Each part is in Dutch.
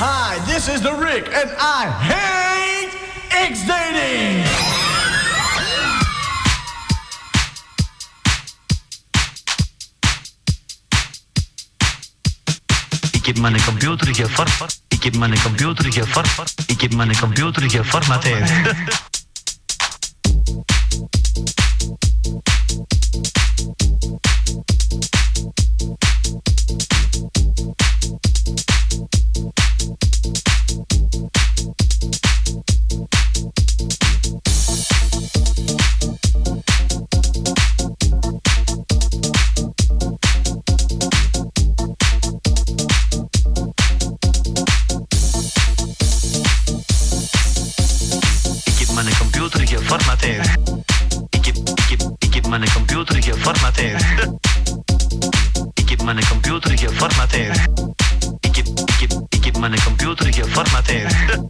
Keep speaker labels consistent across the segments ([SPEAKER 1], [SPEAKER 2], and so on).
[SPEAKER 1] Hi, this is the Rick, and I hate X-dating.
[SPEAKER 2] Ik heb mijn computer geformat. Ik heb mijn computer geformat. Ik heb mijn computer geformateerd. Ik heb mijn computer geformateerd. Ik heb, ik heb, ik heb mijn computer geformateerd. Ik heb mijn computer geformateerd. Ik heb, ik heb, ik heb mijn computer geformateerd.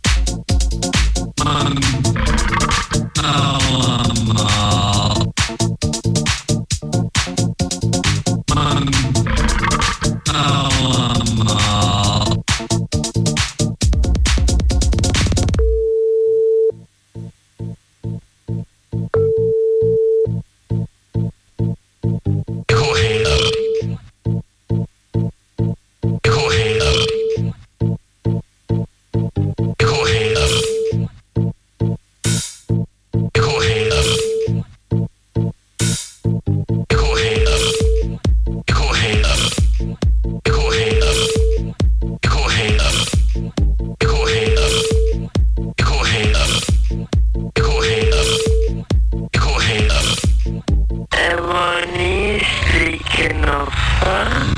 [SPEAKER 3] Everyone speaking of fun.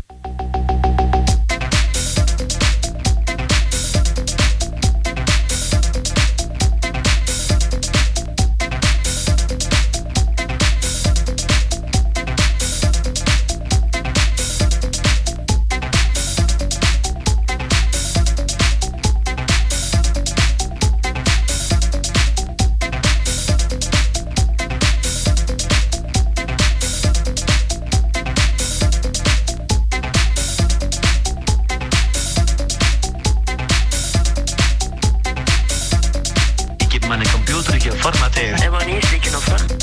[SPEAKER 2] Ik heb mijn computer geformateerd.
[SPEAKER 3] Everyone speaking of fun.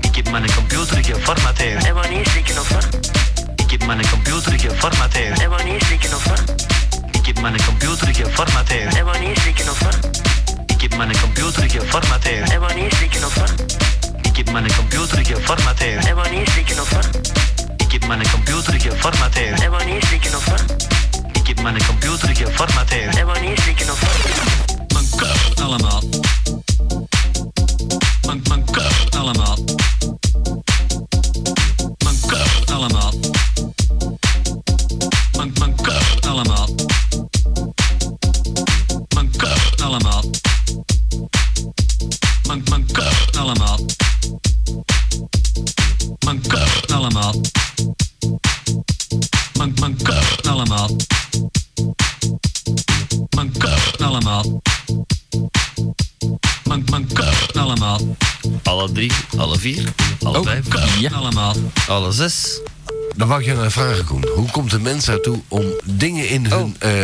[SPEAKER 2] Ik heb mijn computer geformateerd.
[SPEAKER 3] Everyone speaking of fun.
[SPEAKER 2] Ik heb mijn computer geformateerd.
[SPEAKER 3] Everyone speaking of fun.
[SPEAKER 2] Ik heb mijn computer geformateerd.
[SPEAKER 3] Everyone speaking of fun.
[SPEAKER 2] Ik heb mijn computer geformateerd.
[SPEAKER 3] Everyone speaking of fun.
[SPEAKER 2] Ik heb mijn computer geformateerd.
[SPEAKER 3] Everyone speaking of fun.
[SPEAKER 2] Ik heb mijn computer geformateerd.
[SPEAKER 3] Everyone speaking of fun.
[SPEAKER 2] Ik heb mijn computer geformateerd.
[SPEAKER 3] Everyone speaking of fun.
[SPEAKER 2] Mijn kop allemaal. Mijn, mijn kop allemaal. Mijn kop allemaal. Mijn, mijn kop allemaal. Mijn kop allemaal. Mijn, mijn kop allemaal. Mijn kop allemaal. Mijn, mijn kop allemaal. Mijn kop allemaal. Mijn, mijn kop allemaal.
[SPEAKER 4] Alle drie, alle vier, alle
[SPEAKER 5] Oh,
[SPEAKER 4] vijf,
[SPEAKER 5] ja.
[SPEAKER 4] allemaal, alle zes.
[SPEAKER 6] Dan wou ik je naar vragen, Koen. Hoe komt de mens daartoe om dingen in hun eh,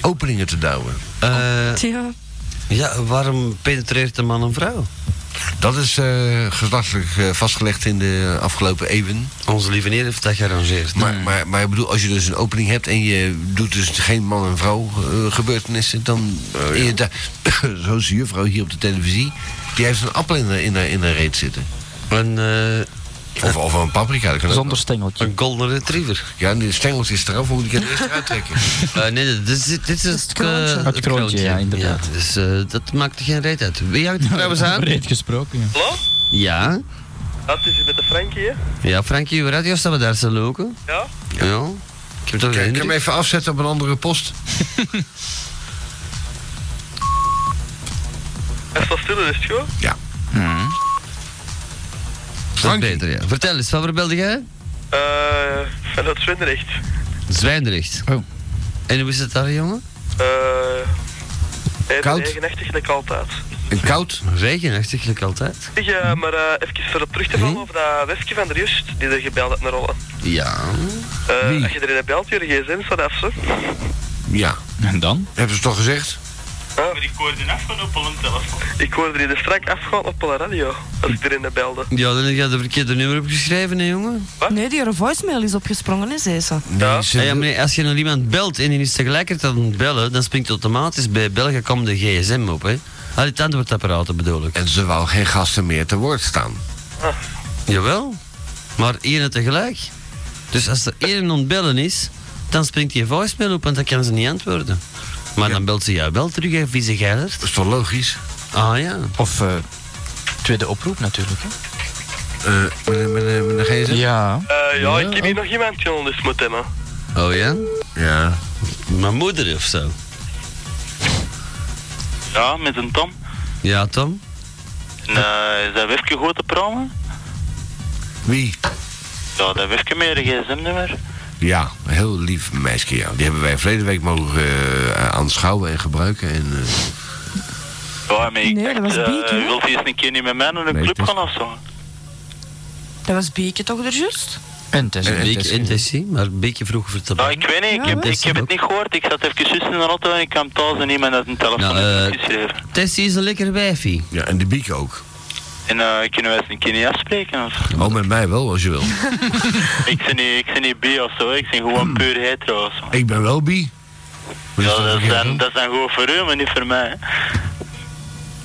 [SPEAKER 6] openingen te duwen?
[SPEAKER 4] Eh,
[SPEAKER 7] Ja.
[SPEAKER 4] ja, waarom penetreert een man een vrouw?
[SPEAKER 6] Dat is eh, geslachtelijk eh, vastgelegd in de afgelopen eeuwen.
[SPEAKER 4] Onze lieve neer heeft dat gearrangeerd.
[SPEAKER 6] Maar, maar, maar ik bedoel, als je dus een opening hebt en je doet dus geen man- en vrouw eh, gebeurtenissen, dan. in je da- Zoals de juffrouw hier op de televisie, die heeft een appel in haar, in haar, in haar reet zitten.
[SPEAKER 4] Een, eh,
[SPEAKER 6] Of, of een paprika. dat kan ook
[SPEAKER 5] Zonder
[SPEAKER 6] nog.
[SPEAKER 5] stengeltje.
[SPEAKER 4] een golden retriever.
[SPEAKER 6] Ja, en die stengeltjes is eraf, hoe moet ik het eerst eruit trekken?
[SPEAKER 4] Eh, nee, dit is, dit is het,
[SPEAKER 7] kroontje.
[SPEAKER 4] eh,
[SPEAKER 5] Het kroontje, ja, inderdaad.
[SPEAKER 4] Ja, dus eh, dat maakt geen reet uit. Wie hangt er trouwens aan?
[SPEAKER 5] Breed gesproken, ja.
[SPEAKER 8] Hallo?
[SPEAKER 4] Ja.
[SPEAKER 8] Dat is het met de Frankie, hè?
[SPEAKER 4] Ja, Frankie, uw radio staat daar te loken.
[SPEAKER 8] Ja?
[SPEAKER 4] Ja. Ik heb toch
[SPEAKER 6] Kan ik
[SPEAKER 4] geen
[SPEAKER 6] hem even afzetten op een andere post?
[SPEAKER 8] Hij staat stil, is het goed?
[SPEAKER 6] Frankie.
[SPEAKER 4] beter, ja. Vertel eens, van waar belde jij?
[SPEAKER 8] Eh, vanuit Zwenderecht.
[SPEAKER 4] Zwijndrecht.
[SPEAKER 5] Oh.
[SPEAKER 4] En hoe is het daar, jongen?
[SPEAKER 8] Eh...
[SPEAKER 6] Koud?
[SPEAKER 8] 89 gelijk altijd.
[SPEAKER 6] Een koud?
[SPEAKER 4] Regenachtig, gelijk altijd.
[SPEAKER 8] Zeg, eh, maar eh, even voor op terug te vallen over dat wesje van de Just, die er gebeld had naar Rollen.
[SPEAKER 4] Ja.
[SPEAKER 8] Eh,
[SPEAKER 6] Wie?
[SPEAKER 8] Als je erin hebt belt, je gsm staat af, zo.
[SPEAKER 6] Ja.
[SPEAKER 5] En dan?
[SPEAKER 6] Hebben ze toch gezegd?
[SPEAKER 7] Maar die koorden afgenomen op een telefoon.
[SPEAKER 8] Ik hoorde die er strak afgaan op de radio, als ik erin belde.
[SPEAKER 4] Ja, dan heb je de verkeerde nummer opgeschreven, hè, jongen.
[SPEAKER 9] Nee, die haar voicemail is opgesprongen, is deze.
[SPEAKER 8] Ja.
[SPEAKER 6] Ze-
[SPEAKER 4] Ah Ja, ja, meneer, als je naar iemand belt en die is tegelijkertijd aan het bellen, dan springt automatisch bij Belgacom de gsm op, hè. Ah, dit antwoordapparaat bedoel ik.
[SPEAKER 6] En ze wou geen gasten meer te woord staan.
[SPEAKER 4] Jawel, maar één tegelijk. Dus als er één ontbellen is, dan springt die voicemail op, want dan kan ze niet antwoorden. Maar dan belt ze jou wel terug, hè, vieze geilert.
[SPEAKER 6] Dat is toch logisch?
[SPEAKER 4] Ah ja.
[SPEAKER 5] Of eh, tweede oproep natuurlijk. Hè?
[SPEAKER 6] Eh meneer, meneer, meneer Gezen?
[SPEAKER 5] Ja.
[SPEAKER 8] Eh, ja, ik heb hier nog iemand die anders moet hebben.
[SPEAKER 4] Oh ja?
[SPEAKER 6] Ja.
[SPEAKER 4] Mijn moeder of zo.
[SPEAKER 7] Ja, met een Tom.
[SPEAKER 4] Ja, Tom?
[SPEAKER 7] En, eh, is dat Wefke goed te praten?
[SPEAKER 6] Wie?
[SPEAKER 7] Ja, dat Wefke meer een gsm-nummer.
[SPEAKER 6] Ja, een heel lief meisje. Ja. Die hebben wij verleden week mogen eh, aanschouwen en gebruiken. En, eh,
[SPEAKER 7] Ja, maar ik
[SPEAKER 9] Nee, dat was
[SPEAKER 7] dacht, eh,
[SPEAKER 9] Bieke, hè?
[SPEAKER 7] wilt hij eens een keer niet met mij naar een
[SPEAKER 6] Nee,
[SPEAKER 7] club
[SPEAKER 6] het is-
[SPEAKER 7] gaan of zo?
[SPEAKER 9] Dat was Bieke toch er juist?
[SPEAKER 5] En Tess.
[SPEAKER 6] En- en
[SPEAKER 4] Beetje NTC, maar een beetje vroeg voor te
[SPEAKER 10] Nou,
[SPEAKER 7] Ja,
[SPEAKER 4] bellen.
[SPEAKER 7] Nou, ik weet niet, ik
[SPEAKER 9] Ja,
[SPEAKER 7] heb,
[SPEAKER 9] hè?
[SPEAKER 7] ik heb het niet gehoord. Ik zat even tussen in de auto en ik kwam thuis en iemand had een telefoon
[SPEAKER 4] Nou, eh,
[SPEAKER 7] heeft geschreven.
[SPEAKER 4] Tessie is een lekker wijfie.
[SPEAKER 6] ja, en de biek ook.
[SPEAKER 7] En eh, kunnen wij eens een keer niet afspreken? Of?
[SPEAKER 6] Oh, met mij wel, als je wil.
[SPEAKER 7] ik ben niet, ik ben niet bi of zo, ik ben gewoon puur hetero of zo.
[SPEAKER 6] ik ben wel bi. Maar
[SPEAKER 7] Ja,
[SPEAKER 6] is toch
[SPEAKER 7] Hmm. Dus dat is,
[SPEAKER 6] verkeerd,
[SPEAKER 7] dan,
[SPEAKER 6] hoor?
[SPEAKER 7] dat is dan gewoon voor u, maar niet voor mij. hè.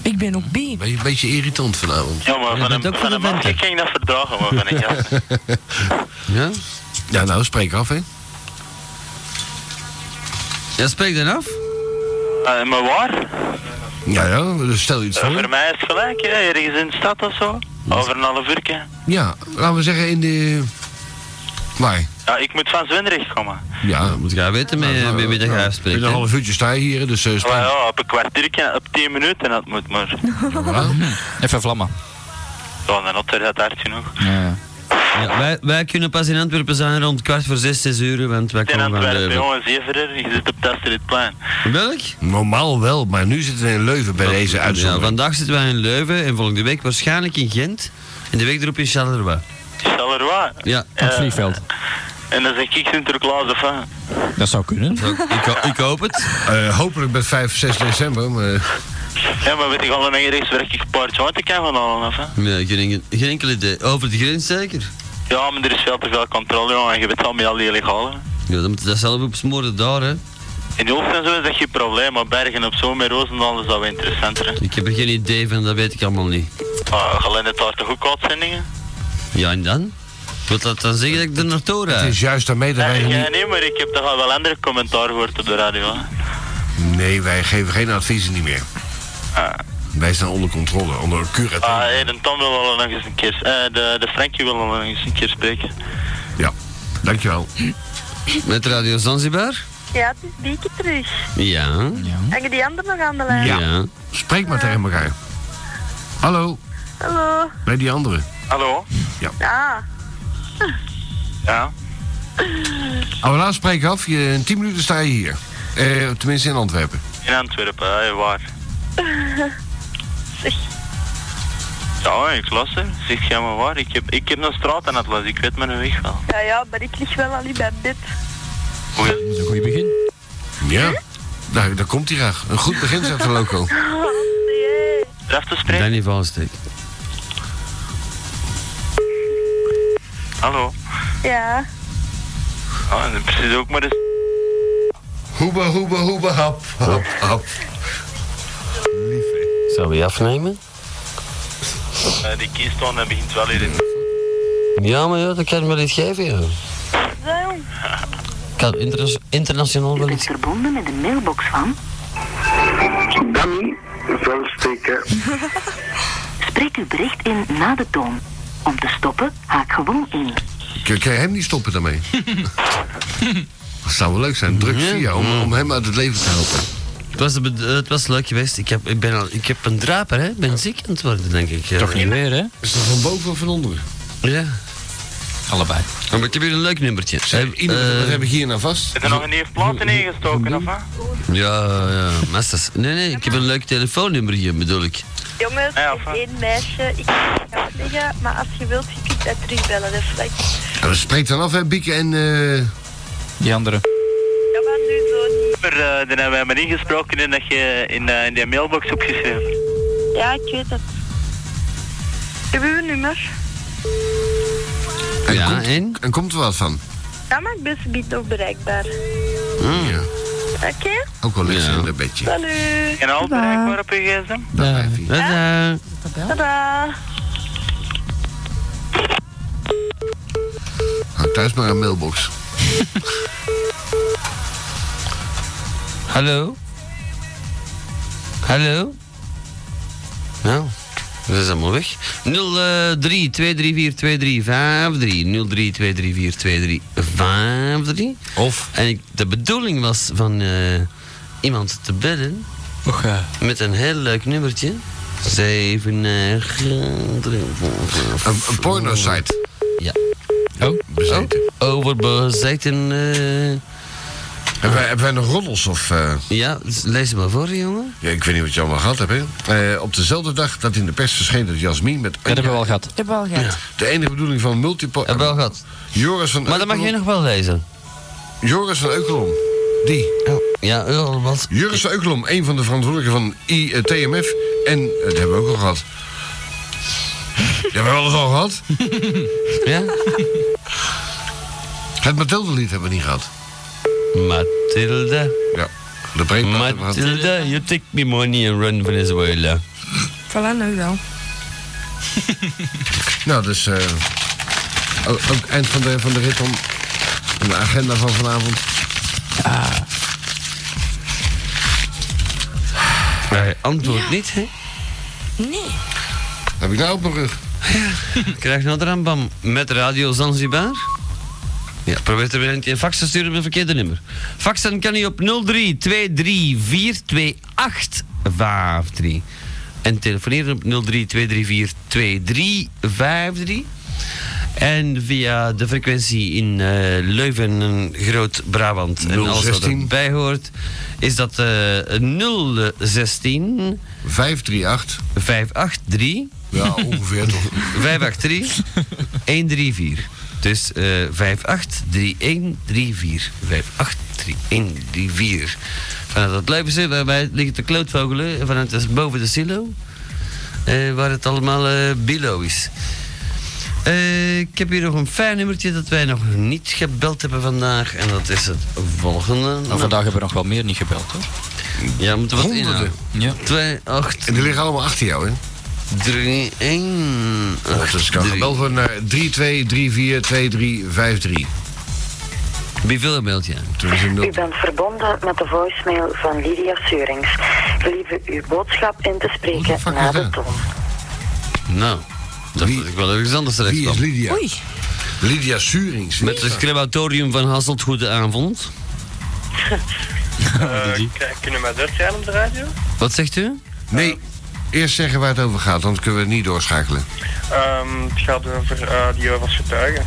[SPEAKER 9] Ik ben ook bi.
[SPEAKER 6] Ben je een beetje irritant vanavond?
[SPEAKER 7] Ja, maar
[SPEAKER 4] bent
[SPEAKER 7] van een,
[SPEAKER 4] ook
[SPEAKER 7] van
[SPEAKER 4] wel
[SPEAKER 7] een
[SPEAKER 4] een
[SPEAKER 7] man
[SPEAKER 4] venter.
[SPEAKER 7] kan ik dat verdragen, maar van een gast. niet.
[SPEAKER 4] Ja?
[SPEAKER 6] Ja, nou, spreek af, hè.
[SPEAKER 4] Ja, spreek dan af.
[SPEAKER 7] Eh, maar waar?
[SPEAKER 6] Ja, ja, dus stel iets
[SPEAKER 7] Eh,
[SPEAKER 6] voor.
[SPEAKER 7] voor mij is het gelijk, hè, ergens in de stad of zo. Over een half uurtje.
[SPEAKER 6] Ja, laten we zeggen in de... Waar?
[SPEAKER 7] Ja, ik moet van Zwenrecht komen.
[SPEAKER 6] Ja,
[SPEAKER 4] Moet jij weten met,
[SPEAKER 6] nou,
[SPEAKER 4] eh, met wie dat
[SPEAKER 6] ja,
[SPEAKER 4] je
[SPEAKER 6] In
[SPEAKER 4] afspreekt.
[SPEAKER 6] een
[SPEAKER 4] hè?
[SPEAKER 6] half uurtje sta je hier, dus... eh,
[SPEAKER 7] Maar
[SPEAKER 6] sta-
[SPEAKER 7] ja, op een kwartiertje, op 10 minuten dat moet maar.
[SPEAKER 6] Voilà.
[SPEAKER 5] Even vlammen.
[SPEAKER 7] Ja, een otter gaat hard genoeg.
[SPEAKER 5] Ja.
[SPEAKER 4] Ja, wij, wij kunnen pas in Antwerpen zijn rond kwart voor zes, zes uur, want wij
[SPEAKER 7] In
[SPEAKER 4] komen van
[SPEAKER 7] Antwerpen,
[SPEAKER 4] Leuven.
[SPEAKER 7] jongens, even er. Je zit op Tasteritplein.
[SPEAKER 4] Welk?
[SPEAKER 6] Normaal wel, maar nu zitten we in Leuven bij deze
[SPEAKER 4] Ja,
[SPEAKER 6] uitzondering.
[SPEAKER 4] vandaag zitten wij in Leuven en volgende week waarschijnlijk in Gent. En de week erop in Charleroi.
[SPEAKER 7] Charleroi.
[SPEAKER 4] Ja,
[SPEAKER 7] Eh.
[SPEAKER 5] Aan het vliegveld.
[SPEAKER 7] En dan zeg ik Sinterklaas of hè.
[SPEAKER 5] Dat zou kunnen.
[SPEAKER 4] Nou, ik, ho- ik hoop het.
[SPEAKER 6] Eh, hopelijk met 5, 6 december, maar...
[SPEAKER 7] Ja, maar weet ik al een rechts werk ik paardje want ik kan gaan halen of hè.
[SPEAKER 4] Nee, geen, enkel- geen enkel idee. Over de grens zeker?
[SPEAKER 7] Ja, maar er is veel te veel controle, jongen. Je bent al met al die illegale.
[SPEAKER 4] Ja, dan moet je dat zelf opsmoren daar, hè.
[SPEAKER 7] In Oost en zo is dat geen probleem, maar Bergen op Zoom en Roosendaal is dat wel interessanter. hè.
[SPEAKER 4] Ik heb er geen idee van, dat weet ik allemaal niet.
[SPEAKER 7] Maar alleen dat daar toch ook uitzendingen?
[SPEAKER 4] Ja, en dan? Wat dat dan zeggen dat ik er naartoe
[SPEAKER 6] Het
[SPEAKER 4] rijd?
[SPEAKER 6] is juist daarmee dat wij...
[SPEAKER 7] Nee, jij
[SPEAKER 6] Niet...
[SPEAKER 7] niet, maar ik heb toch al wel andere commentaar gehoord op de radio. hè.
[SPEAKER 6] Nee, wij geven geen adviezen niet meer. Wij staan onder controle, onder curatele.
[SPEAKER 7] Ah, hey, de Tom wil al nog eens een keer... eh, de, de Frankie wil al nog eens een keer spreken.
[SPEAKER 6] Ja, dankjewel.
[SPEAKER 4] Met Radio Zanzibar?
[SPEAKER 11] Ja, het is Bieke terug.
[SPEAKER 4] Ja.
[SPEAKER 11] Hangen die anderen nog aan de lijn?
[SPEAKER 6] Ja. Spreek maar tegen elkaar. Hallo,
[SPEAKER 11] Hallo.
[SPEAKER 6] bij die andere.
[SPEAKER 7] Hallo?
[SPEAKER 11] Ja.
[SPEAKER 7] Ja?
[SPEAKER 6] Abela, Oh, spreek af. Je, in 10 minuten sta je hier. Eh, tenminste in Antwerpen.
[SPEAKER 7] In Antwerpen, hè, waar?
[SPEAKER 11] Zeg.
[SPEAKER 7] Ja, ik las er. Zeg jij maar waar. Ik heb, ik heb een straat aan het las, ik weet mijn weg wel.
[SPEAKER 11] Ja, ja, maar ik lig wel al in mijn bed.
[SPEAKER 5] Dat is een goed begin.
[SPEAKER 6] Ja? Nou, daar komt hij graag. Een goed begin, zegt de loco.
[SPEAKER 11] Nee.
[SPEAKER 7] Eraf te spreken?
[SPEAKER 4] Danny Valstek.
[SPEAKER 7] Hallo?
[SPEAKER 11] Ja.
[SPEAKER 7] Ah, en precies ook maar eens...
[SPEAKER 6] Hoeba, hoeba, hoeba, hap, hap, hap.
[SPEAKER 4] Zou we afnemen?
[SPEAKER 7] eh, die kiest dan en begint wel hier in.
[SPEAKER 4] Ja, maar ja, dat kan me niet geven, ja.
[SPEAKER 11] Zo.
[SPEAKER 4] Ik kan interna- internationaal wel iets...
[SPEAKER 11] verbonden met de mailbox van...
[SPEAKER 3] Danny, wel spreken.
[SPEAKER 11] Spreek uw bericht in na de toon. Om te stoppen, haak gewoon in.
[SPEAKER 6] Kun kun je hem niet stoppen daarmee? Dat zou wel leuk zijn. Druk via om, om hem uit het leven te helpen.
[SPEAKER 4] Het was, de bed- eh, het was leuk geweest. Ik heb, ik, ben al, ik heb een draper, hè. Ik ben ziek aan het worden, denk ik. Ja.
[SPEAKER 5] Toch niet weer, hè?
[SPEAKER 6] Is dat van boven of van onderen?
[SPEAKER 4] Ja.
[SPEAKER 5] Allebei.
[SPEAKER 4] Oh, maar ik heb hier een leuk nummertje.
[SPEAKER 6] Heb,
[SPEAKER 4] Eh, eh,
[SPEAKER 6] wat heb ik hier nou vast?
[SPEAKER 7] Is er nog een nieuwe plaat ingestoken, of hè?
[SPEAKER 4] ja, ja, masters. Nee, nee, ik heb een leuk telefoonnummer hier, bedoel ik.
[SPEAKER 11] Jongens,
[SPEAKER 7] Ja,
[SPEAKER 11] er is
[SPEAKER 7] van-
[SPEAKER 11] één meisje. Ik ga liggen, maar als je wilt, je kunt mij terugbellen. Dat is lekker.
[SPEAKER 6] Nou, spreek dan af, hè, Bieke en... eh,
[SPEAKER 5] Die andere.
[SPEAKER 11] Ja, maar nu zo niet.
[SPEAKER 7] nummer, eh, die hebben wij maar ingesproken en dat je in, eh, in die mailbox opgeschreven.
[SPEAKER 12] Ja, ik weet het. Ik heb uw nummer.
[SPEAKER 6] En, komt, en? komt er wat van?
[SPEAKER 12] Ja, maar ik ben subiet ook bereikbaar.
[SPEAKER 6] Ja.
[SPEAKER 12] Oké?
[SPEAKER 6] Ook al is ze in een bedje.
[SPEAKER 12] Salut.
[SPEAKER 7] En al bereikbaar op je gsm?
[SPEAKER 6] Dag,
[SPEAKER 4] Dag.
[SPEAKER 12] Tada.
[SPEAKER 6] Hou thuis maar een mailbox.
[SPEAKER 4] Hallo? Hallo? Nou, dat is allemaal weg. eh, 03 234 2353 03 234 2353 Of? En ik, de bedoeling was van eh, iemand te bellen. Met een heel leuk nummertje. 7 Een,
[SPEAKER 6] een porno-site.
[SPEAKER 4] Ja. Oh? eh, Over bezeten.
[SPEAKER 6] Hebben wij, hebben wij nog roddels of... eh,
[SPEAKER 4] Ja, lees het maar voor, jongen.
[SPEAKER 6] Ja, ik weet niet wat je allemaal gehad hebt, hè. Eh, op dezelfde dag dat in de pers verscheen dat Jasmin met... dat hebben we al gehad.
[SPEAKER 9] De bal gaat.
[SPEAKER 6] De enige bedoeling van multiple... Hebben
[SPEAKER 4] we al gehad.
[SPEAKER 6] Joris van
[SPEAKER 4] Maar dat mag jij nog wel lezen.
[SPEAKER 6] Joris van Eukelom. Die.
[SPEAKER 4] Ja, wat?
[SPEAKER 6] Joris van Eukelom, een van de verantwoordelijken van eh, ITMF. En eh, dat hebben we ook al gehad. Dat hebben we alles al gehad.
[SPEAKER 4] ja?
[SPEAKER 6] Het Mathilde-lied hebben we niet gehad.
[SPEAKER 4] Mathilde.
[SPEAKER 6] Ja. De breedmaat.
[SPEAKER 4] Matilda, you take me money and run Venezuela.
[SPEAKER 9] Voilà, nou wel.
[SPEAKER 6] Nou, dus eh ook, ook eind van de, van de rit om en de agenda van vanavond.
[SPEAKER 4] Hij antwoordt niet, hè?
[SPEAKER 9] Nee.
[SPEAKER 6] Heb ik nou op mijn rug?
[SPEAKER 4] Krijg nou de rambam met Radio Zanzibar? Ja, probeer te beginnen een fax te sturen op het verkeerde nummer. Faxen kan u op 0323428853. En telefoneren op 0323423353. En via de frequentie in eh, Leuven en Groot-Brabant en alles wat
[SPEAKER 6] 016.
[SPEAKER 4] erbij hoort, is dat eh 016
[SPEAKER 6] 538
[SPEAKER 4] 583
[SPEAKER 6] Ja, ongeveer toch.
[SPEAKER 4] 583 134. Dus eh 583134. 583134. Vanuit dat Leuvense, waar wij liggen te klootvogelen, vanuit dat is boven de silo. eh, waar het allemaal eh bilo is. Eh, ik heb hier nog een fijn nummertje dat wij nog niet gebeld hebben vandaag. En dat is het volgende. Nou,
[SPEAKER 5] Nou, vandaag hebben we nog wel meer niet gebeld, hoor.
[SPEAKER 4] Ja, moeten we wat
[SPEAKER 5] Honderden.
[SPEAKER 4] inhouden.
[SPEAKER 5] Ja.
[SPEAKER 4] 2, 8.
[SPEAKER 6] En die liggen allemaal achter jou, hè? Nou,
[SPEAKER 4] 3, 1,
[SPEAKER 6] Dus kan gebeld worden naar 32342353.
[SPEAKER 4] Wie wil een mailtje?
[SPEAKER 6] Toen
[SPEAKER 12] U bent verbonden met de voicemail van Lydia Seurings. Gelieve uw boodschap in te spreken na de toon.
[SPEAKER 4] Nou, dat wil ik wel ergens anders terecht. Wie is
[SPEAKER 6] Lydia?
[SPEAKER 9] Oei.
[SPEAKER 6] Lydia Surings.
[SPEAKER 4] Met het crematorium van Hasselt, goedenavond.
[SPEAKER 8] Eh, k- kunnen wij dat zijn op de radio?
[SPEAKER 4] Wat zegt u?
[SPEAKER 6] Nee, eerst zeggen waar het over gaat, anders kunnen we het niet doorschakelen.
[SPEAKER 8] Ehm, het gaat over eh, die was getuigen.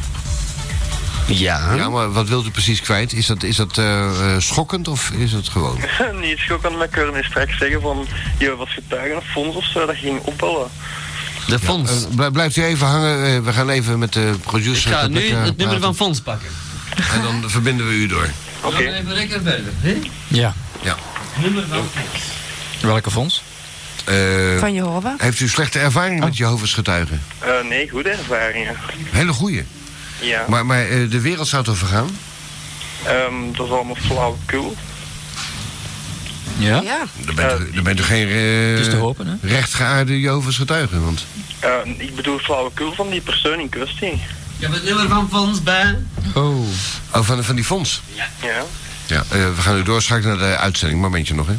[SPEAKER 4] Ja.
[SPEAKER 6] Ja, maar wat wilt u precies kwijt? Is dat, is dat eh, eh, schokkend of is het gewoon?
[SPEAKER 8] Niet schokkend, maar ik hoorde straks zeggen van die was getuigen of fonds of zo, dat ging opbellen.
[SPEAKER 4] De Fons.
[SPEAKER 6] Eh, blij- blijft u even hangen, eh, we gaan even met de
[SPEAKER 4] Ik
[SPEAKER 6] producer.
[SPEAKER 4] ga
[SPEAKER 6] met
[SPEAKER 4] nu
[SPEAKER 6] elkaar
[SPEAKER 4] het nummer van
[SPEAKER 6] praten.
[SPEAKER 4] Fons pakken.
[SPEAKER 6] En dan verbinden we u door.
[SPEAKER 4] Oké. Even lekker verder. hè?
[SPEAKER 5] Ja.
[SPEAKER 6] Ja.
[SPEAKER 4] Nummer van Fons.
[SPEAKER 5] Welke fonds?
[SPEAKER 6] Eh,
[SPEAKER 9] Van Oh. Jehovah.
[SPEAKER 6] heeft u slechte ervaring met Jehovah's getuigen?
[SPEAKER 8] Eh, nee, goede ervaringen.
[SPEAKER 6] Hele goeie.
[SPEAKER 8] Ja.
[SPEAKER 6] Maar, maar eh, de wereld zou toch vergaan?
[SPEAKER 8] Ehm, dat is allemaal flauwekul.
[SPEAKER 5] Ja?
[SPEAKER 9] Ja.
[SPEAKER 6] Dan bent u, dan bent u geen eh,
[SPEAKER 5] is te hopen, hè?
[SPEAKER 6] rechtgeaarde Jehovah's getuige. Want...
[SPEAKER 8] Eh, ik bedoel flauwekul van die persoon in kwestie.
[SPEAKER 4] Ik heb het nummer van Fons bij.
[SPEAKER 5] Oh.
[SPEAKER 6] Oh, van, van die fonds?
[SPEAKER 8] Ja.
[SPEAKER 6] Ja, eh, we gaan nu doorschakelen naar de uitzending. Momentje nog, hè?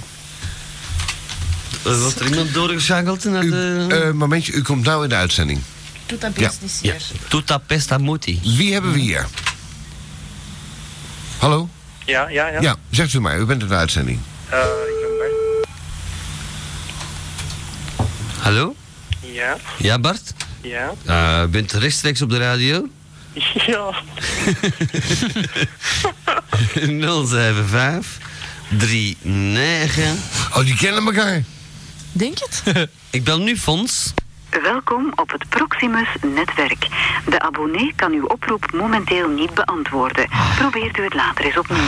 [SPEAKER 4] Was Eh, er iemand doorgeschakeld naar de...
[SPEAKER 6] Eh, momentje, u komt nou in de uitzending.
[SPEAKER 9] Doet dat
[SPEAKER 6] Ja.
[SPEAKER 9] business
[SPEAKER 4] Ja.
[SPEAKER 9] hier.
[SPEAKER 4] Tutta pesta muti.
[SPEAKER 6] Wie hebben we hier? Hallo?
[SPEAKER 8] Ja, ja, ja.
[SPEAKER 6] Ja, zegt u maar, u bent in de uitzending.
[SPEAKER 8] Eh, ik ben Bart.
[SPEAKER 4] Hallo?
[SPEAKER 8] Ja,
[SPEAKER 4] Ja, Bart?
[SPEAKER 8] ja.
[SPEAKER 4] Eh, bent rechtstreeks op de radio?
[SPEAKER 8] Ja.
[SPEAKER 4] 075 39.
[SPEAKER 6] Oh, die kennen elkaar.
[SPEAKER 9] Denk het?
[SPEAKER 4] Ik bel nu Fons.
[SPEAKER 11] Welkom op het Proximus netwerk. De abonnee kan uw oproep momenteel niet beantwoorden. Probeert u het later eens opnieuw.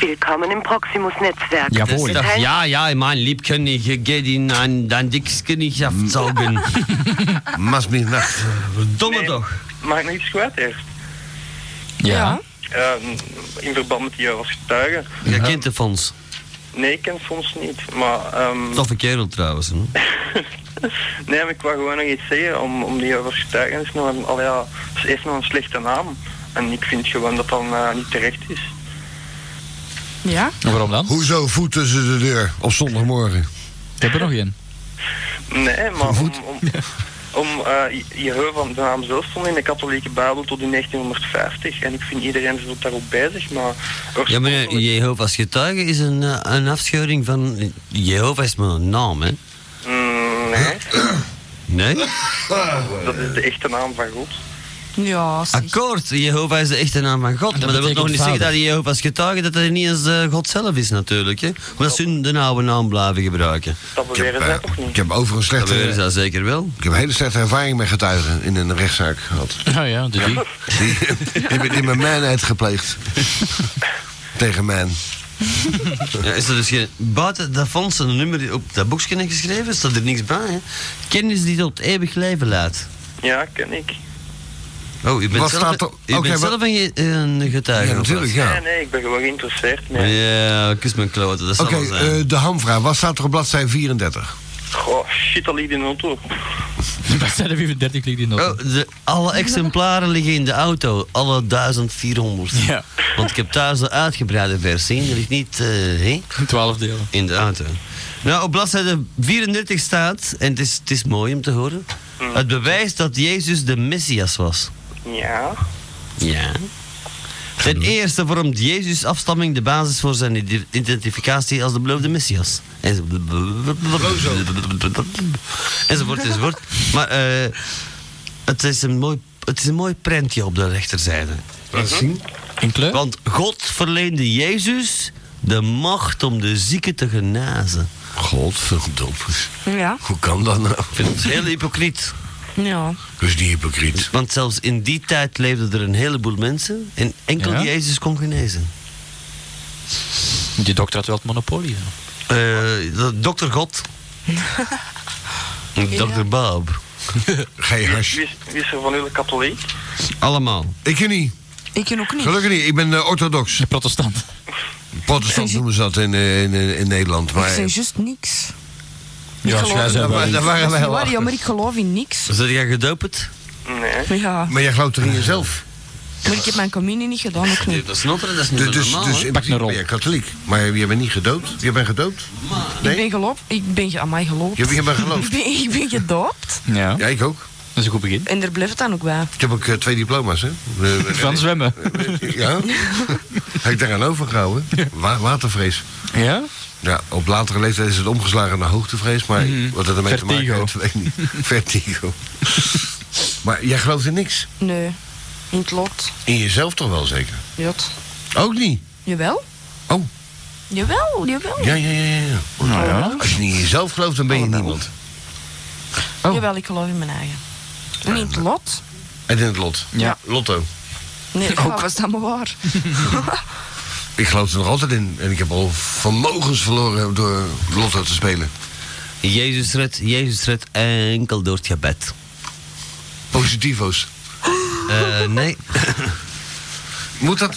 [SPEAKER 13] Willkommen im Proximus-Netzwerk.
[SPEAKER 4] Das ist
[SPEAKER 13] Das
[SPEAKER 4] doch,
[SPEAKER 13] heißt,
[SPEAKER 4] ja, ja, mein Liebchen, ich gehe in ein, dein Dickchen nicht aufsaugen.
[SPEAKER 6] Mach mich nacht.
[SPEAKER 4] Domme toch?
[SPEAKER 8] Mag ik nog iets kwijt eerst?
[SPEAKER 4] Ja.
[SPEAKER 8] Ehm, in verband met jou als getuige.
[SPEAKER 4] Jij kent de fonds.
[SPEAKER 8] Nee, ik ken het fonds niet. Maar, ehm,
[SPEAKER 4] Toffe kerel trouwens. hè?
[SPEAKER 8] nee, maar ik wou gewoon nog iets zeggen. Om, om die jou als getuige is nog een, al ja, is echt nog een slechte naam. En ik vind gewoon dat dat eh, niet terecht is.
[SPEAKER 9] Ja?
[SPEAKER 5] waarom dan?
[SPEAKER 6] Hoezo voet tussen de deur op zondagmorgen?
[SPEAKER 5] Ik heb er nog één.
[SPEAKER 8] Nee, maar om, om, om eh, Jehovah van de naam zelf stond in de katholieke Bijbel tot in 1950. En ik vind iedereen is daarop bezig, maar
[SPEAKER 4] Ja, meneer, Jehovah's getuige is een, eh, een afscheuring van... Jehovah is mijn naam, hè?
[SPEAKER 8] mm, nee.
[SPEAKER 4] Nee?
[SPEAKER 8] Dat is de echte naam van God.
[SPEAKER 9] Ja,
[SPEAKER 4] Akkoord, Jehovah is de echte naam van God. maar dat wil nog
[SPEAKER 5] betekent
[SPEAKER 4] niet zeggen dat
[SPEAKER 5] vader.
[SPEAKER 4] Jehovah's getuige dat hij niet eens eh, God zelf is, natuurlijk. Hè? Omdat ze hun de oude naam blijven gebruiken.
[SPEAKER 8] Dat beweren
[SPEAKER 6] zij
[SPEAKER 8] toch niet?
[SPEAKER 6] eh, Ik heb overigens
[SPEAKER 4] Dat eh,
[SPEAKER 6] slechte,
[SPEAKER 4] beweren ze zeker wel.
[SPEAKER 6] ik heb een hele slechte ervaring met getuigen in een rechtszaak gehad.
[SPEAKER 5] Oh ja, de die.
[SPEAKER 6] Die hebben in mijn manheid gepleegd. Tegen man.
[SPEAKER 4] Ja, is er dus geen, buiten dat fonds een nummer die op dat boekje heeft geschreven, staat er niks bij. Hè? Kennis die tot eeuwig leven leidt.
[SPEAKER 8] Ja, ken ik.
[SPEAKER 4] Oh, u bent
[SPEAKER 8] Wat
[SPEAKER 4] zelf,
[SPEAKER 8] staat er-
[SPEAKER 4] u
[SPEAKER 8] Oké,
[SPEAKER 4] bent
[SPEAKER 8] wat-
[SPEAKER 4] zelf een, ge- een getuige. of wat?
[SPEAKER 8] Nee, nee, ik ben gewoon geïnteresseerd.
[SPEAKER 4] Ja,
[SPEAKER 8] Nee.
[SPEAKER 4] kus mijn kloten, dat zal
[SPEAKER 6] Oké,
[SPEAKER 4] wel zijn.
[SPEAKER 6] eh, de hamvraag. Wat staat er op bladzij 34?
[SPEAKER 8] Goh, shit, dat ligt in de auto.
[SPEAKER 5] Bij 35 ligt die nog.
[SPEAKER 4] Oh, de, alle exemplaren liggen in de auto, alle 1400.
[SPEAKER 5] Ja.
[SPEAKER 4] Want ik heb thuis de uitgebreide versie, die ligt niet... eh, hè?
[SPEAKER 5] 12 delen.
[SPEAKER 4] In de auto. Nou, op bladzijde 34 staat, en het is, het is mooi om te horen, het bewijs dat Jezus de Messias was.
[SPEAKER 8] Ja.
[SPEAKER 4] Ja. Ten eerste vormt Jezus' afstamming de basis voor zijn ide- identificatie als de beloofde Messias. En zo- Enzovoort, enzovoort. Maar eh, het, is een mooi, het is een mooi prentje op de rechterzijde. Mhm.
[SPEAKER 6] zien.
[SPEAKER 5] In kleur?
[SPEAKER 4] Want God verleende Jezus de macht om de zieken te genazen.
[SPEAKER 6] Godverdomme.
[SPEAKER 9] Ja.
[SPEAKER 6] Hoe kan dat nou?
[SPEAKER 4] Ik vind het heel hypocriet.
[SPEAKER 9] Ja.
[SPEAKER 6] Dus die hypocriet.
[SPEAKER 4] Want zelfs in die tijd leefden er een heleboel mensen en enkel
[SPEAKER 5] Ja?
[SPEAKER 4] Jezus kon genezen.
[SPEAKER 5] Die dokter had wel het monopolie. ja.
[SPEAKER 4] Eh, dokter God. Dokter Bob.
[SPEAKER 6] Geen hash.
[SPEAKER 8] Wie is, wie is er van jullie katholiek?
[SPEAKER 4] Allemaal.
[SPEAKER 6] Ik ken niet.
[SPEAKER 9] Ik ken ook niet.
[SPEAKER 6] Gelukkig niet. Ik ben eh, orthodox.
[SPEAKER 5] Protestant.
[SPEAKER 6] Protestant noemen ze dat in, eh, in, eh, in Nederland.
[SPEAKER 9] Ik
[SPEAKER 6] Maar,
[SPEAKER 9] zeg juist niks.
[SPEAKER 5] Ja, als jij
[SPEAKER 6] daar,
[SPEAKER 5] zei
[SPEAKER 6] wa-
[SPEAKER 5] wel.
[SPEAKER 6] daar
[SPEAKER 9] Dat is
[SPEAKER 6] waren wij
[SPEAKER 9] niet
[SPEAKER 6] heel
[SPEAKER 9] waar, ja,
[SPEAKER 6] achter.
[SPEAKER 9] maar ik geloof in niks.
[SPEAKER 4] Zit jij gedoopt?
[SPEAKER 8] Nee.
[SPEAKER 9] Ja.
[SPEAKER 6] Maar jij gelooft er in jezelf.
[SPEAKER 9] Maar ik heb mijn communie niet gedaan, ook niet.
[SPEAKER 4] Dat is not, dat is niet
[SPEAKER 6] Dus,
[SPEAKER 4] meer
[SPEAKER 6] dus,
[SPEAKER 4] normaal.
[SPEAKER 6] dus
[SPEAKER 4] hè?
[SPEAKER 6] in principe ben je katholiek. Maar je bent niet gedoopt. Je bent gedoopt.
[SPEAKER 9] Ik ben geloof... Ik ben ge- aan mij geloofd.
[SPEAKER 6] Je bent geloofd.
[SPEAKER 9] Ik ben, ik ben gedoopt.
[SPEAKER 5] Ja.
[SPEAKER 6] Ja, ik ook.
[SPEAKER 5] Dat is een goed begin.
[SPEAKER 9] En daar blijft het dan ook bij.
[SPEAKER 6] Ik heb ook eh, twee diploma's, hè. Eh, eh,
[SPEAKER 5] Van zwemmen.
[SPEAKER 6] Ja. Heb ik daaraan overgehouden. Wa- watervrees.
[SPEAKER 5] Ja?
[SPEAKER 6] Ja, op latere leeftijd is het omgeslagen naar hoogtevrees, maar
[SPEAKER 5] Mhm.
[SPEAKER 6] wat dat ermee te maken
[SPEAKER 5] Vertigo.
[SPEAKER 6] heeft, weet ik niet. Vertigo. maar jij gelooft in niks.
[SPEAKER 9] Nee. In het lot.
[SPEAKER 6] In jezelf toch wel zeker?
[SPEAKER 9] Jot.
[SPEAKER 6] Ook niet.
[SPEAKER 9] Jawel.
[SPEAKER 6] Oh.
[SPEAKER 9] Jawel, jawel. Oh,
[SPEAKER 6] Ja, ja, ja, ja. ja.
[SPEAKER 5] Nou ja.
[SPEAKER 6] Als je niet in jezelf gelooft, dan ben je niemand.
[SPEAKER 9] nou. Jawel, ik geloof in mijn eigen. En in het lot.
[SPEAKER 6] En in het lot.
[SPEAKER 5] Ja.
[SPEAKER 6] Lotto.
[SPEAKER 9] Nee, dat was dat maar waar.
[SPEAKER 6] Ik geloof er nog altijd in. En ik heb al vermogens verloren door lotto te spelen.
[SPEAKER 4] Jezus redt, Jezus redt enkel door het gebed.
[SPEAKER 6] Positivo's.
[SPEAKER 4] Eh, nee.
[SPEAKER 6] Moet dat...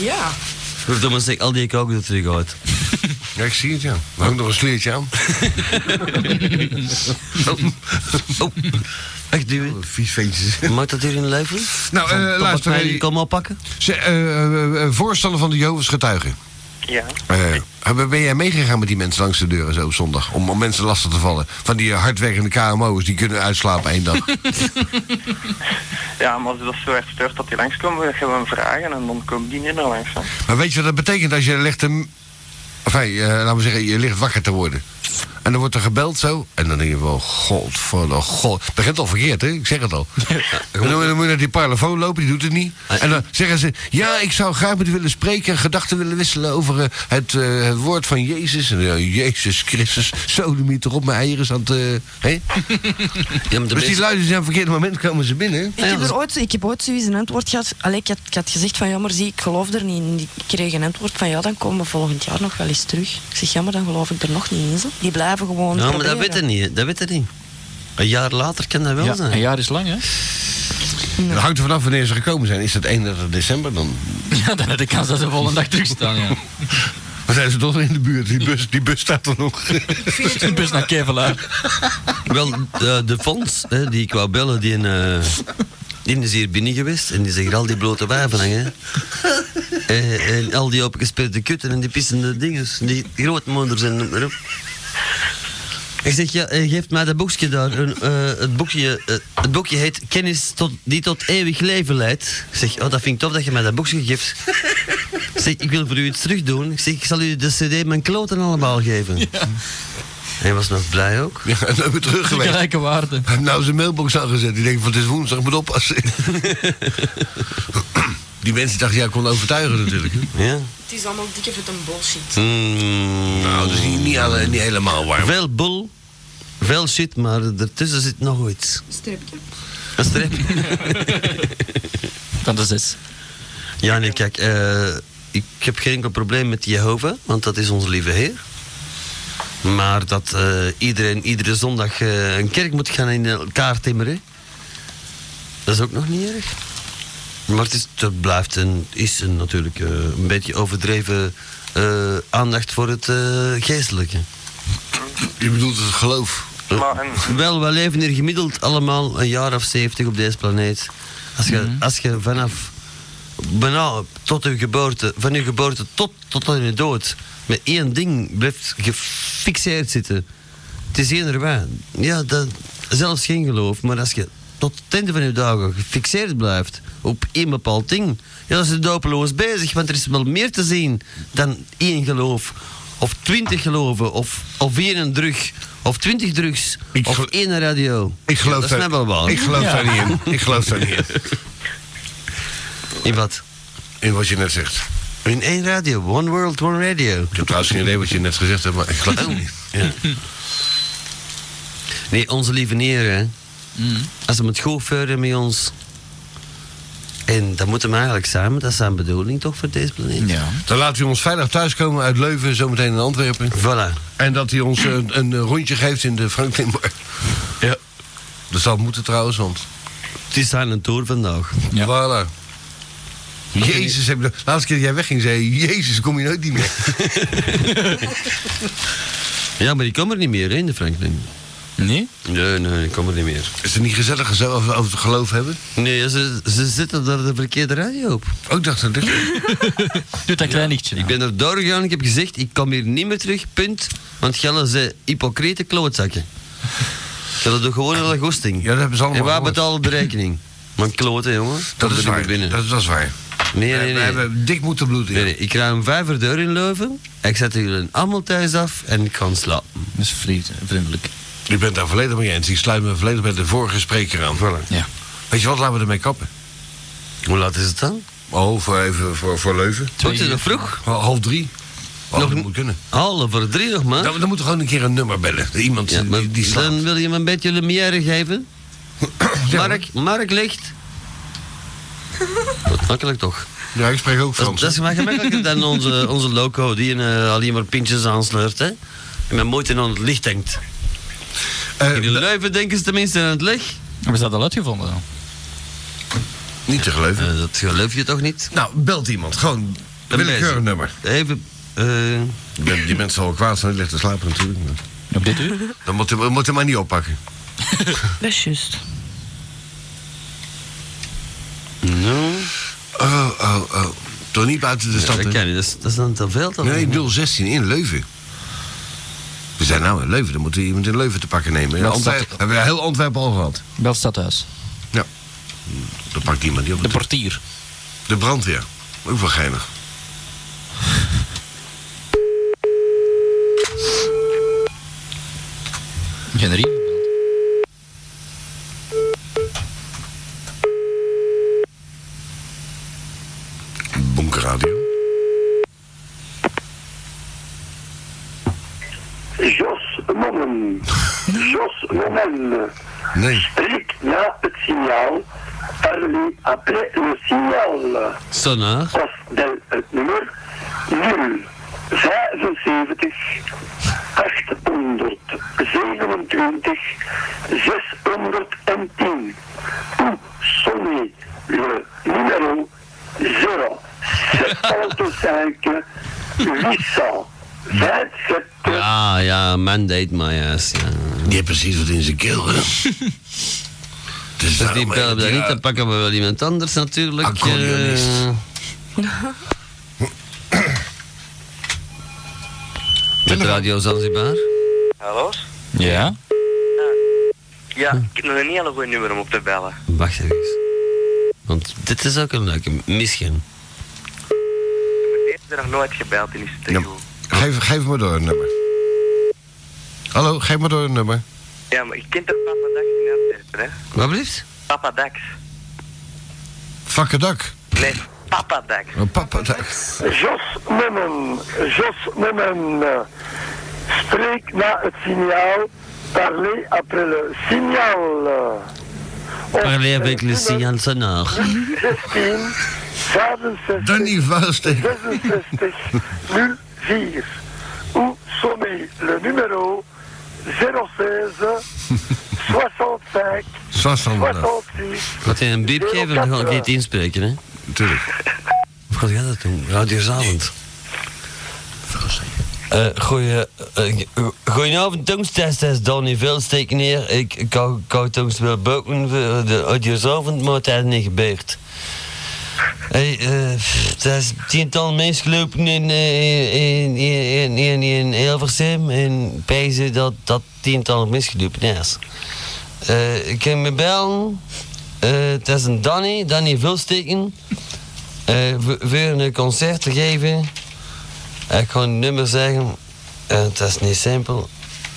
[SPEAKER 9] Ja.
[SPEAKER 4] Verdomme, zeg al die koken er terug uit.
[SPEAKER 6] Ja, ik zie het, ja. Er hangt nog een sliertje aan.
[SPEAKER 4] Oh. Oh. Echt duwen.
[SPEAKER 6] Vies ventjes.
[SPEAKER 4] Maakt dat hier in leven?
[SPEAKER 6] Nou, eh, luister,
[SPEAKER 4] Kan
[SPEAKER 6] eh,
[SPEAKER 4] je komen oppakken?
[SPEAKER 6] Ze, eh, eh, eh, voorstander van de Jehovah's getuigen.
[SPEAKER 8] Ja.
[SPEAKER 6] Eh, hebben- ben jij meegegaan met die mensen langs de deuren zo op zondag? Om, om mensen lastig te vallen. Van die eh, hardwerkende KMO's, die kunnen uitslapen één dag.
[SPEAKER 8] Ja, maar als je dat zo erg stört dat hij langskomt, dan gaan we hem vragen en dan komt die niet meer langs. Hè.
[SPEAKER 6] maar weet je wat dat betekent als je ligt te... m- Enfin, eh, laten we zeggen, je ligt wakker te worden. En dan wordt er gebeld zo. En dan denk je wel, god, van, oh god. Het begint al verkeerd, hè? Ik zeg het al. En dan, dan moet je naar die parlofoon lopen, die doet het niet. En dan zeggen ze, ja, ik zou graag met u willen spreken... en gedachten willen wisselen over eh, het, eh, het woord van Jezus. En, eh, Jezus Christus, sodemiet erop, mijn eieren aan het... eh, hè? dus die
[SPEAKER 4] mensen-
[SPEAKER 6] luiden zijn op het verkeerde moment komen ze binnen.
[SPEAKER 9] Ik heb, er ooit, ik heb ooit zoiets een antwoord gehad. Allee, ik, had, ik had gezegd van ja, maar zie, ik geloof er niet in. Ik kreeg een antwoord van ja, dan komen we volgend jaar nog wel eens terug. Ik zeg ja, maar dan geloof ik er nog niet in. zo. Die blijven gewoon
[SPEAKER 4] Ja, Nou, maar
[SPEAKER 9] proberen.
[SPEAKER 4] dat weet het niet. hè. Dat weet het niet. Een jaar later kan dat wel
[SPEAKER 5] Ja,
[SPEAKER 4] zijn.
[SPEAKER 5] een jaar is lang, hè?
[SPEAKER 6] Dat hangt er vanaf wanneer ze gekomen zijn. Is dat 31 december dan?
[SPEAKER 5] Ja, dan heb ik kans dat ze volgende dag terugstaan, ja.
[SPEAKER 6] Dan zijn ze toch weer in de buurt. Die bus, die bus staat er nog.
[SPEAKER 5] Een bus naar Kevelaar.
[SPEAKER 4] Wel, de, de fonds hè, die ik wou bellen, die, eh, die is hier binnen geweest. En die zegt al die blote wijven hangen. En, en al die opgesperde kutten en die pissende dingen. Die grootmoeders en noem maar op. Ik zeg, ja, eh, geef mij dat boekje daar. Een, eh, het, boekje, eh, het boekje heet Kennis tot, die tot eeuwig leven leidt. Ik zeg, oh, dat vind ik tof dat je mij dat boekje geeft. Ik zeg, ik wil voor u iets terugdoen. Ik zeg, ik zal u de cd mijn kloten allemaal geven. Hij was nog blij ook.
[SPEAKER 6] Ja, en dan hebben we terug geweest.
[SPEAKER 5] Gelijke waarde.
[SPEAKER 6] Hij heeft nou zijn mailbox aangezet. Die denkt van het is woensdag, ik moet oppassen. die mensen dachten, ja, ik kon overtuigen natuurlijk.
[SPEAKER 4] Ja.
[SPEAKER 9] Het is allemaal dikke vet een bullshit.
[SPEAKER 4] Mm.
[SPEAKER 6] Nou, dus niet, niet, alle- niet helemaal waar.
[SPEAKER 4] Veel bull, veel shit, maar ertussen zit nog iets.
[SPEAKER 9] Stripje.
[SPEAKER 4] Een streep.
[SPEAKER 5] Van de zes.
[SPEAKER 4] ja, nee, kijk, eh, ik heb geen enkel probleem met Jehovah, want dat is onze lieve Heer. Maar dat eh, iedereen iedere zondag eh, een kerk moet gaan in elkaar timmeren, dat is ook nog niet erg. Maar het, is, het blijft een, is een, natuurlijk eh, een beetje overdreven eh, aandacht voor het eh, geestelijke.
[SPEAKER 6] Je bedoelt het geloof.
[SPEAKER 4] Wel, we leven hier gemiddeld allemaal een jaar of zeventig op deze planeet. Als je, als je vanaf bijna tot uw geboorte, van uw geboorte tot, tot aan je dood, met één ding blijft gefixeerd zitten. Het is één erbij. Ja, dat, zelfs geen geloof, maar als je tot het einde van je dagen gefixeerd blijft op één bepaald ding, ja, dan is het dopeloos bezig, want er is wel meer te zien dan één geloof. Of twintig geloven, of, of één drug, of twintig drugs, of één radio.
[SPEAKER 6] Ik geloof
[SPEAKER 4] ja, dat is
[SPEAKER 6] daar-
[SPEAKER 4] net wel waar.
[SPEAKER 6] Ik geloof
[SPEAKER 4] Ja.
[SPEAKER 6] daar niet in. Ik geloof daar niet in.
[SPEAKER 4] In wat?
[SPEAKER 6] In wat je net zegt.
[SPEAKER 4] In één radio, One World, One Radio.
[SPEAKER 6] Ik heb trouwens geen idee wat je net gezegd hebt, maar ik geloof het niet.
[SPEAKER 4] Nee, onze lieve neer, hè.
[SPEAKER 6] Mm.
[SPEAKER 4] Als ze het goed veuren met ons. En dat moeten we eigenlijk samen, dat is zijn bedoeling toch voor deze planeet.
[SPEAKER 5] Ja.
[SPEAKER 6] Dan laat hij ons veilig thuiskomen uit Leuven, zometeen in Antwerpen.
[SPEAKER 4] Voilà.
[SPEAKER 6] En dat hij ons een, een rondje geeft in de Franklinmarkt. Ja. Dat zal moeten trouwens, want...
[SPEAKER 4] Het is aan een tour vandaag.
[SPEAKER 5] Ja.
[SPEAKER 6] Voilà. Jezus, heb je de laatste keer dat jij wegging, zei je, Jezus, kom je nooit niet meer.
[SPEAKER 4] Ja, maar die komen er niet meer hè, in de Franklin.
[SPEAKER 5] Nee?
[SPEAKER 4] Nee, nee, die komen er niet meer.
[SPEAKER 6] Is het niet gezellig zo over, over het geloof hebben?
[SPEAKER 4] Nee, ze, ze zetten daar de verkeerde radio op.
[SPEAKER 6] Ook dacht dat.
[SPEAKER 5] Doe dat klein nichtje.
[SPEAKER 4] Ik ben er doorgegaan, ik heb gezegd, ik kom hier niet meer terug, punt. Want Gelle zijn hypocriete klootzakken. Dat doen gewoon een goesting.
[SPEAKER 6] Ja, dat hebben ze allemaal
[SPEAKER 4] En waar
[SPEAKER 6] gehoord.
[SPEAKER 4] betalen de rekening? Man kloten, jongen.
[SPEAKER 6] Dat
[SPEAKER 4] Komt er niet
[SPEAKER 6] is
[SPEAKER 4] meer
[SPEAKER 6] waar.
[SPEAKER 4] binnen.
[SPEAKER 6] Dat, dat is waar.
[SPEAKER 4] Nee, nee,
[SPEAKER 6] We
[SPEAKER 4] nee.
[SPEAKER 6] hebben dik moeten bloeden.
[SPEAKER 4] Nee,
[SPEAKER 6] ja.
[SPEAKER 4] nee, ik ruim een vijverdeur in Leuven. Ik zet jullie allemaal thuis af en ik ga slapen.
[SPEAKER 5] Dat is vriend- vriendelijk.
[SPEAKER 6] U bent daar volledig mee eens. Ik sluit me volledig bij de vorige spreker aan.
[SPEAKER 5] Ja.
[SPEAKER 6] Weet je wat, laten we ermee kappen.
[SPEAKER 4] Hoe laat is het dan?
[SPEAKER 6] Oh, voor, even, voor, voor Leuven.
[SPEAKER 4] Wat is dat vroeg?
[SPEAKER 6] Hal- Half drie. Oh,
[SPEAKER 4] Nog
[SPEAKER 6] dat
[SPEAKER 4] een-
[SPEAKER 6] moet kunnen.
[SPEAKER 4] Half voor drie nog maar.
[SPEAKER 6] Dan, dan moeten we gewoon een keer een nummer bellen. Iemand
[SPEAKER 4] Ja, maar
[SPEAKER 6] die, die slaapt.
[SPEAKER 4] dan wil je me een beetje lumière geven. Mark, Mark ligt. Wat makkelijk toch?
[SPEAKER 6] Ja, ik spreek ook
[SPEAKER 4] Dat,
[SPEAKER 6] Frans.
[SPEAKER 4] dat is
[SPEAKER 6] hè?
[SPEAKER 4] gemakkelijker dan onze, onze loco die eh, alleen maar pintjes aansleurt. Hè? En met moeite aan het licht denkt.
[SPEAKER 6] Eh,
[SPEAKER 4] In de Leuven denken ze tenminste aan het licht.
[SPEAKER 5] Hebben ze dat al uitgevonden? dan?
[SPEAKER 6] niet te geloven.
[SPEAKER 4] Eh, dat geloof je toch niet?
[SPEAKER 6] Nou, belt iemand. Gewoon een willekeurig
[SPEAKER 4] bezig.
[SPEAKER 6] nummer.
[SPEAKER 4] Even. eh,
[SPEAKER 6] Je bent- Die mensen al kwaad zijn, die ligt te slapen natuurlijk.
[SPEAKER 5] Op dit uur?
[SPEAKER 6] Dan moet je, moet je maar niet oppakken.
[SPEAKER 9] Dat is juist.
[SPEAKER 4] nou,
[SPEAKER 6] Oh, oh, oh. Toch niet buiten de
[SPEAKER 4] ja,
[SPEAKER 6] stad.
[SPEAKER 4] dat
[SPEAKER 6] hè?
[SPEAKER 4] kan niet. Dat is, dat is dan te veel. toch?
[SPEAKER 6] Nee, 016 in Leuven. We zijn nou in Leuven, dan moeten we iemand in Leuven te pakken nemen. In
[SPEAKER 5] Dat
[SPEAKER 6] Antwerpen-
[SPEAKER 5] staat-
[SPEAKER 6] hebben we heel Antwerpen al gehad.
[SPEAKER 5] Bel stadhuis.
[SPEAKER 6] Ja. Dan pakt iemand die op.
[SPEAKER 5] De
[SPEAKER 6] De,
[SPEAKER 5] portier.
[SPEAKER 6] de brandweer. Ook wel geinig.
[SPEAKER 3] Jos Romaine. Spreek na het signaal. Parlez après le signal.
[SPEAKER 4] Sonar.
[SPEAKER 3] Of del het nummer 0 75 827 610. Ou sonnez le numéro 0 75 827.
[SPEAKER 4] Ja, Ah, ja, mandate my ass. Ja. Die heeft precies wat in zijn keel. dus die bellen we dan niet, dan pakken we wel iemand anders natuurlijk.
[SPEAKER 6] Accordeonist.
[SPEAKER 4] eh. Met Radio Zanzibar.
[SPEAKER 8] Hallo?
[SPEAKER 4] Ja?
[SPEAKER 8] Ja, ik heb nog niet een goed nummer om op te bellen.
[SPEAKER 4] Wacht even. Want dit is ook een leuke, misschien.
[SPEAKER 8] Ik heb er nog nooit gebeld in is het te
[SPEAKER 6] Ja.
[SPEAKER 8] goed.
[SPEAKER 6] Nou, Geef, geef me door een nummer. Hallo, geef me door een nummer.
[SPEAKER 8] Ja, maar je kent toch Papa Dax in Antwerpen, hè?
[SPEAKER 6] Wat blieft?
[SPEAKER 8] Papa Dax.
[SPEAKER 6] Fakkerdak.
[SPEAKER 8] Nee, Papa Dax.
[SPEAKER 6] Een papadak.
[SPEAKER 3] Jos Memmen, Jos Memmen, spreek na het signaal, parlez après le signaal.
[SPEAKER 4] Parlez avec le signal sonore.
[SPEAKER 3] 16, 67,
[SPEAKER 6] Danny Vaasten.
[SPEAKER 3] 66, 04. Ou sommez le numéro 016 65
[SPEAKER 6] nou.
[SPEAKER 4] Sassan.
[SPEAKER 3] 66.
[SPEAKER 4] Gaat hij een biep geven, dan ga ik niet inspreken, hè? Natuurlijk. Of gaat jij dat doen? Radio Zaland. Eh goeie, eh, goedenavond, tongstest is Donnie Vilsteek neer. Ik kou, kou tongst wil buiken voor de audiozavond, maar het is niet gebeurd. Hey, eh, pff, er is tientallen mensen gelopen in, eh, in, in, in, in, in Hilversum en pijzen dat dat tientallen mensen gelopen is. Eh, ik kan me bellen. Eh, het is een Danny, Danny Vilsteken. Eh voor voor een concert te geven. Ik ga een nummer zeggen. En het is niet simpel,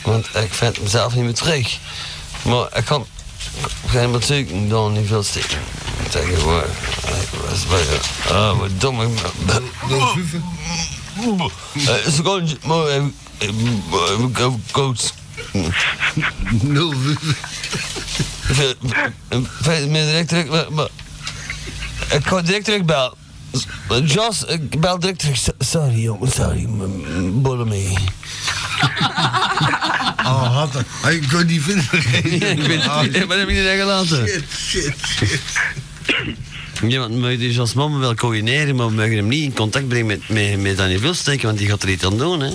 [SPEAKER 4] want ik vind mezelf niet meer terug. Maar ik kan. Ik ga hem zoeken, Danny Vilsteken. Tegenwoordig. Ik was bij- Ah, wat dom ik ben. Eh, Ze gaan. Maar. eh, eh, eh, Coach.
[SPEAKER 6] Nul.
[SPEAKER 4] Vind me direct terug. maar- maar- Ik ga direct terug bellen. Jos, ik bel direct terug. So- Sorry jongen, sorry. m- m- Bollen mee.
[SPEAKER 6] Oh, had hij. Ik kon niet vinden. Ah,
[SPEAKER 4] ik weet het niet. Wat heb ik niet gelaten?
[SPEAKER 6] Shit, shit, shit.
[SPEAKER 4] Ja, want we mogen die Jos Mammen dus wel coördineren, maar we mogen hem niet in contact brengen met, met, met Daniel Vilsteken, want die gaat er iets aan doen, hè?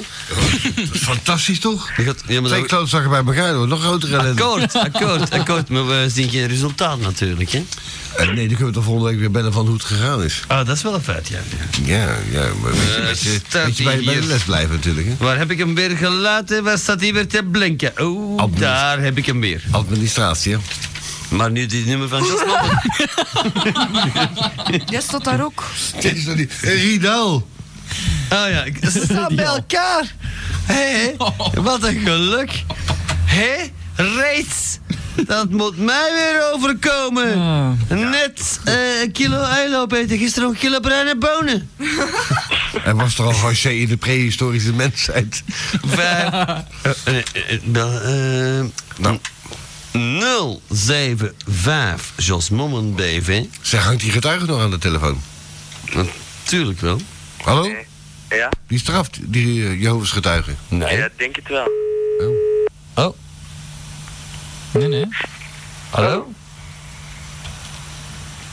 [SPEAKER 6] Fantastisch toch?
[SPEAKER 4] Die gaat, ja, maar Ah,
[SPEAKER 6] Twee
[SPEAKER 4] dat-
[SPEAKER 6] klootzakken bij elkaar, hoor. nog grotere ellende.
[SPEAKER 4] akkoord, akkoord, akkoord. Maar we zien geen resultaat natuurlijk, hè?
[SPEAKER 6] Eh, nee, dan kunnen we toch volgende week weer bellen van hoe het gegaan is.
[SPEAKER 4] Ah, dat is wel een feit, ja.
[SPEAKER 6] Ja, ja, maar weet je,
[SPEAKER 4] Eh,
[SPEAKER 6] weet je,
[SPEAKER 4] staat
[SPEAKER 6] weet je bij,
[SPEAKER 4] hier.
[SPEAKER 6] bij de les blijven natuurlijk. Hè?
[SPEAKER 4] Waar heb ik hem weer gelaten? Waar staat hij weer te blinken? Oh, daar heb ik hem weer.
[SPEAKER 6] Administratie, hè?
[SPEAKER 4] Maar nu dit nummer van Jos Mammen.
[SPEAKER 9] Jij stond daar ook.
[SPEAKER 6] Dit is toch niet... Hey,
[SPEAKER 4] Eh,
[SPEAKER 6] Riedel!
[SPEAKER 4] Oh ja, ik- ze staan bij elkaar. Hé, hé, wat een geluk. Hé, reeds. Dat moet mij weer overkomen. Net eh, een kilo eiloop eten, gisteren een kilo bruine bonen.
[SPEAKER 6] Er was toch al Roger in de prehistorische mensheid.
[SPEAKER 4] Vijf. eh, eh, eh, bel- eh,
[SPEAKER 6] Nou,
[SPEAKER 4] 075 Jos Mommen BV.
[SPEAKER 6] zeg, hangt die getuige nog aan de telefoon?
[SPEAKER 4] Tuurlijk wel.
[SPEAKER 6] Hallo?
[SPEAKER 8] Ja?
[SPEAKER 6] Die straft, die eh, Jehovah's getuige.
[SPEAKER 4] Nee.
[SPEAKER 8] Ah, Ja, ik denk het wel.
[SPEAKER 4] Oh.
[SPEAKER 5] Nee, nee.
[SPEAKER 4] Hallo?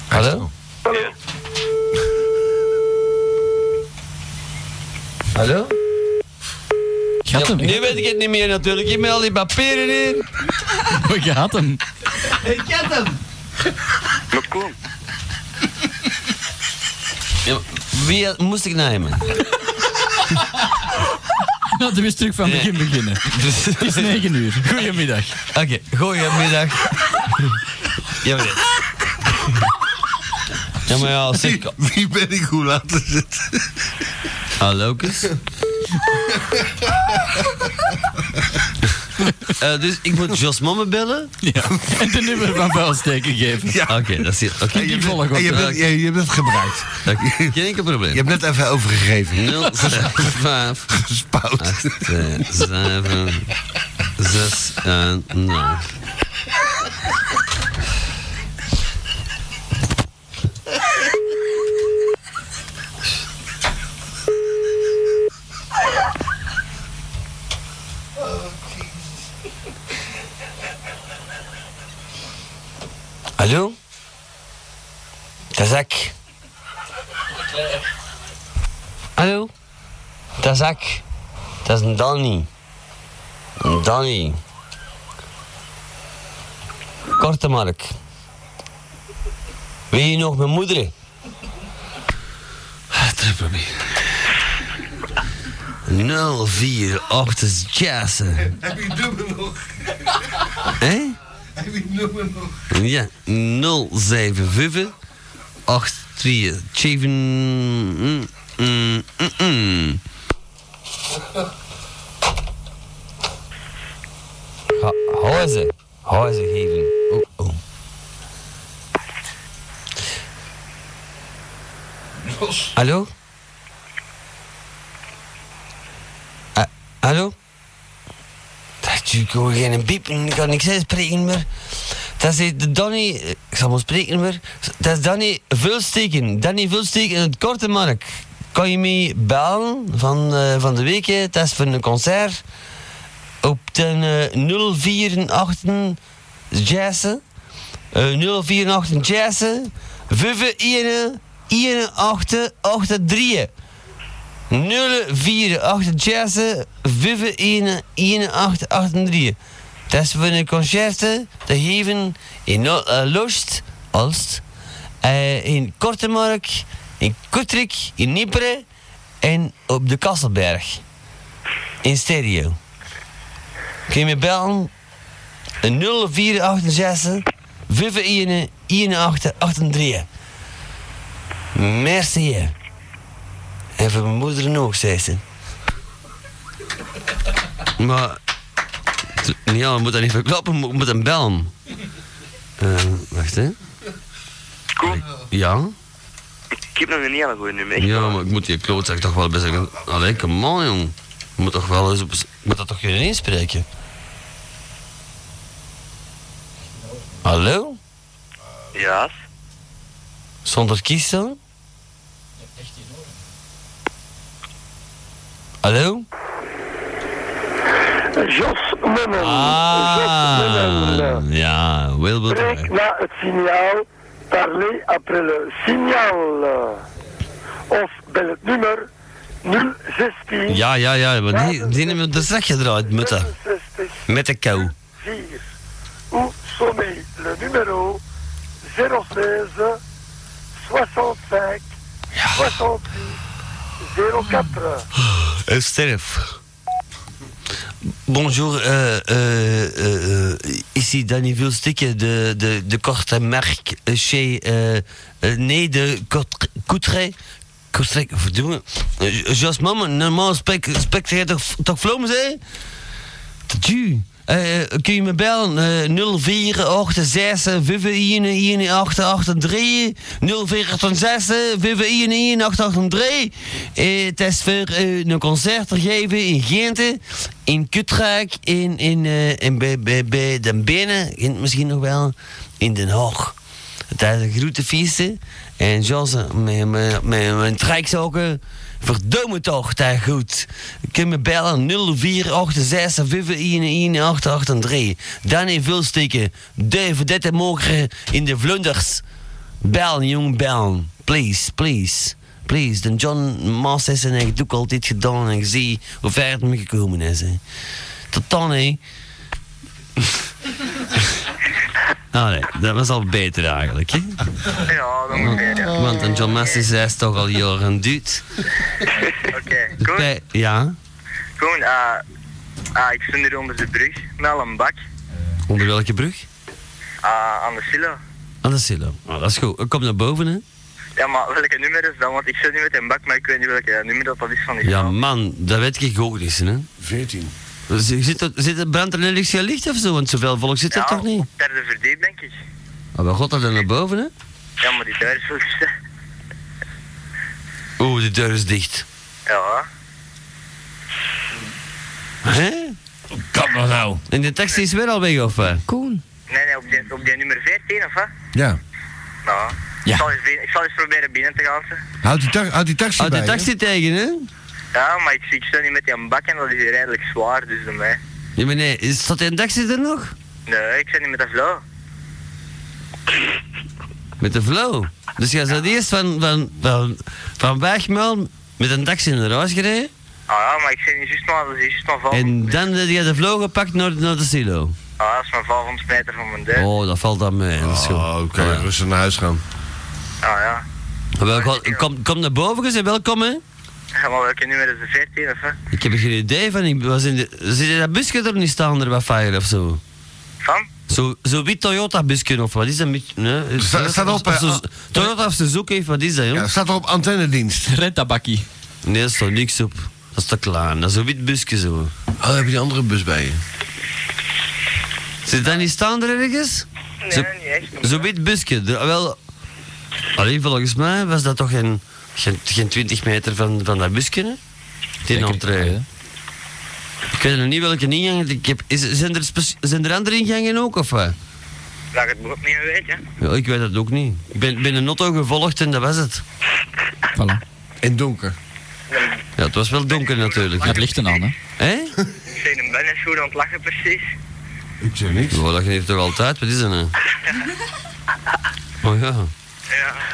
[SPEAKER 4] Hallo? Hallo?
[SPEAKER 5] Gaat hem.
[SPEAKER 4] nu weet ik het niet meer natuurlijk. Je met al die papieren in.
[SPEAKER 5] Je had hem.
[SPEAKER 4] Ik heb hem.
[SPEAKER 8] Maar kom,
[SPEAKER 4] Wie eh, moest ik nemen?
[SPEAKER 5] Nou, dat is terug van
[SPEAKER 4] Nee.
[SPEAKER 5] begin beginnen.
[SPEAKER 6] Dus-
[SPEAKER 5] Het is 9 uur. Goedemiddag.
[SPEAKER 4] Oké, goedemiddag. ja, maar ja, maar ja, als ik...
[SPEAKER 6] Wie ben ik? Hoe laat is het?
[SPEAKER 4] Hallo, Kus. Eh, dus ik moet Jos Momme bellen?
[SPEAKER 5] Ja. En de nummer van vuilsteken geven.
[SPEAKER 6] Ja.
[SPEAKER 4] Oké, dat is het. Oké.
[SPEAKER 5] En die volgen
[SPEAKER 6] En je,
[SPEAKER 5] op
[SPEAKER 6] bent, je, je hebt het gebruikt.
[SPEAKER 4] Oké, Geen enkel probleem.
[SPEAKER 6] Je hebt net even overgegeven.
[SPEAKER 4] 0, 5,
[SPEAKER 6] Gespouwd.
[SPEAKER 4] 7, zes en nul.
[SPEAKER 14] Hallo? Tazak. Hallo? Tazak. Dat is een Danny. Een Danny. Korte Mark. Wil je nog mijn moeder?
[SPEAKER 4] Terug proberen. 04 8 Jassen.
[SPEAKER 6] Heb je nummer nog?
[SPEAKER 4] Hé?
[SPEAKER 6] Heb je nummer nog?
[SPEAKER 4] Ja, 075 83 mm, mm, mm, mm.
[SPEAKER 14] Huizen. Huizen geven. Oh, oh. Hallo? Ah, hallo? Dat je gewoon geen piepen, ik kan niks uitspreken meer. Dat is de Danny, ik zal maar spreken meer. Dat is Danny Vulsteken. Danny Vulsteken in het Korte Mark. Kan je mee bellen van, eh, van de week? hè? Dat is voor een concert op ten eh, 048 Jazzen. Uh, 048 Jazzen. 51 81 83. 048 Jazzen. 51 81 83. Dat is voor een concerten te geven in no eh, Loost, Alst, eh, in Kortemark, in Kutrik, in Nieperen en op de Kasselberg. In stereo. Kun je me bellen? 0468 51 83. Merci. En voor mijn moeder ook, zei ze.
[SPEAKER 4] Maar. t- Ja, we moeten dat niet verklappen, we moeten hem bellen. Eh, wacht hè? Ja?
[SPEAKER 8] Ik heb nog een hele goede nummer. echt.
[SPEAKER 4] Ja, maar ik moet die klootzak toch wel best. Allee, come on, jong. Ik moet toch wel eens op. Ik moet dat toch kunnen inspreken? Hallo?
[SPEAKER 8] Ja.
[SPEAKER 4] Zonder kies dan? Hallo?
[SPEAKER 3] Jos Mennen. Jos Mennen.
[SPEAKER 4] Ah, ja, Wilbert.
[SPEAKER 3] Spreek na het signaal. Parlez après le signaal. Of bel het nummer 016
[SPEAKER 4] Ja, ja, ja, maar die, die hebben we er straks gedraaid met de, met de kou.
[SPEAKER 3] 4 ou sommer le numéro 016 65 66 04.
[SPEAKER 4] Eh, sterf. Bonjour, eh, eh, eh, ici Danny Vulstikke de, de, de korte merk eh, chez. eh, eh, nee, de Cout- Coutray. Coutray, verdomme. Eh, Jos Mammen, normaal spreek, spreekt jij toch, toch Vlaams, hè? Tju. Eh, eh, kun je me bellen? Eh, 04 86 51 883 04 86 51 883 Eh, Het is voor eh, een concert te geven in Gente, in Kutrijk, in, in, eh, in, bij, bij, bij Den Benen, in, misschien nog wel, in Den Haag. Het is een grote feesten. En Jos, eh, met, met, met mijn trekzakken. Verdomme toch, dat is goed. Je kunt me bellen 0486 51883. Danny Vulstikken, de verdette morgen in de Vlunders. Bellen, jong, bellen. Please, please. Please, dan John Mas is en ik doe al dit gedaan en ik zie hoe ver het me gekomen is. hè. Tot dan, hè. Ah, nee, dat was al beter eigenlijk, hè?
[SPEAKER 8] Ja, dat moet ik. ja.
[SPEAKER 4] Want een John Massis is toch al jaren duurt.
[SPEAKER 8] Oké,
[SPEAKER 4] Dus
[SPEAKER 8] goed.
[SPEAKER 4] bij- ja,
[SPEAKER 8] Gewoon, eh, ah, ik stond hier onder de brug, met een bak,
[SPEAKER 4] onder welke brug?
[SPEAKER 8] ah, aan de silo.
[SPEAKER 4] Aan de silo. Ah, dat is goed. Ik kom naar boven, hè?
[SPEAKER 8] Ja, maar welke nummer is dat? Want ik zit nu met een bak, maar ik weet niet welke nummer dat, dat is van die.
[SPEAKER 4] Ja, man, dat weet ik ook niet, hè?
[SPEAKER 6] 14.
[SPEAKER 4] Zit er, zit er brand er een lichtje licht of zo? Want zoveel volk zit er toch niet?
[SPEAKER 8] Derde verdiep, denk ik.
[SPEAKER 4] Maar wat god dat dan naar boven, hè?
[SPEAKER 8] Ja, maar die deur is wel gezet.
[SPEAKER 4] Oeh, de deur is dicht.
[SPEAKER 8] Ja.
[SPEAKER 4] Hè? Kan maar nou. En de tekst is weer al weg, of wat? Ah,
[SPEAKER 9] Koen.
[SPEAKER 15] Nee, nee, op die, op die nummer 14 of wat?
[SPEAKER 6] Ja.
[SPEAKER 15] Nou,
[SPEAKER 6] Ja.
[SPEAKER 15] ik, zal eens, bin- ik zal eens proberen binnen te gaan. ze.
[SPEAKER 6] Houd die, ta- houd die taxi
[SPEAKER 4] Houd die
[SPEAKER 6] bij, hè?
[SPEAKER 4] taxi tegen, hè?
[SPEAKER 15] Ja, maar ik, ik sta niet met die bak en dat is hier redelijk zwaar, dus bij mij.
[SPEAKER 4] Ja, maar nee, is dat in taxi er nog?
[SPEAKER 15] Nee, ik zit niet met dat flow.
[SPEAKER 4] Met de flow. Dus jij zat eerst van, van, van, van Waagmel met een taxi naar huis gereden.
[SPEAKER 15] Ah ja, maar ik zit niet juist maar, dat is juist maar 500
[SPEAKER 4] En dan heb jij de flow gepakt naar, naar de silo.
[SPEAKER 15] Ah, dat is maar 500 meter van mijn deur.
[SPEAKER 4] Oh, dat valt dan mee. Dat is goed.
[SPEAKER 6] Oh, oké. Rustig naar huis gaan.
[SPEAKER 15] Ah ja.
[SPEAKER 4] Welkom, kom, kom naar boven en welkom, hè.
[SPEAKER 15] Ja, maar welke nummer is de 14 of wat?
[SPEAKER 4] Ik heb geen idee van, ik was in de... Zit in dat busje er niet staan, er bij Fire of zo?
[SPEAKER 15] Van?
[SPEAKER 4] Zo, zo wit Toyota busje of wat is dat? met- Nee,
[SPEAKER 6] Sta- staat op,
[SPEAKER 4] Of zo-
[SPEAKER 6] eh,
[SPEAKER 4] Toyota of, Suzuki, of wat is dat, joh?
[SPEAKER 6] Ja, staat er op antennedienst.
[SPEAKER 4] Red tabakkie. Nee, daar staat niks op. Dat is te klaar. Dat is een wit busje zo.
[SPEAKER 6] Oh, heb je die andere bus bij je?
[SPEAKER 4] Zit dat niet staan er ergens?
[SPEAKER 15] Nee,
[SPEAKER 4] Zo-
[SPEAKER 15] niet echt.
[SPEAKER 4] Zo'n wit busje. de- wel, alleen volgens mij was dat toch geen, geen, geen 20 meter van, van dat busje, hè? Die entree. Ik weet nog niet welke ingang het- ik heb. Is, zijn, er spec- zijn er andere ingangen ook, of wat?
[SPEAKER 15] Dat ik het ook niet meer weet, hè.
[SPEAKER 4] Ja, ik weet dat ook niet. Ik ben, ben een auto gevolgd en dat was het. Voilà.
[SPEAKER 6] En donker.
[SPEAKER 4] Ja, het was wel donker natuurlijk.
[SPEAKER 5] Het ligt
[SPEAKER 4] er aan, hè? Hé?
[SPEAKER 15] Ik ben een ben aan het lachen, precies.
[SPEAKER 6] Ik zeg niks.
[SPEAKER 4] Oh, dat geeft toch altijd? Wat is dat nou? Oh ja.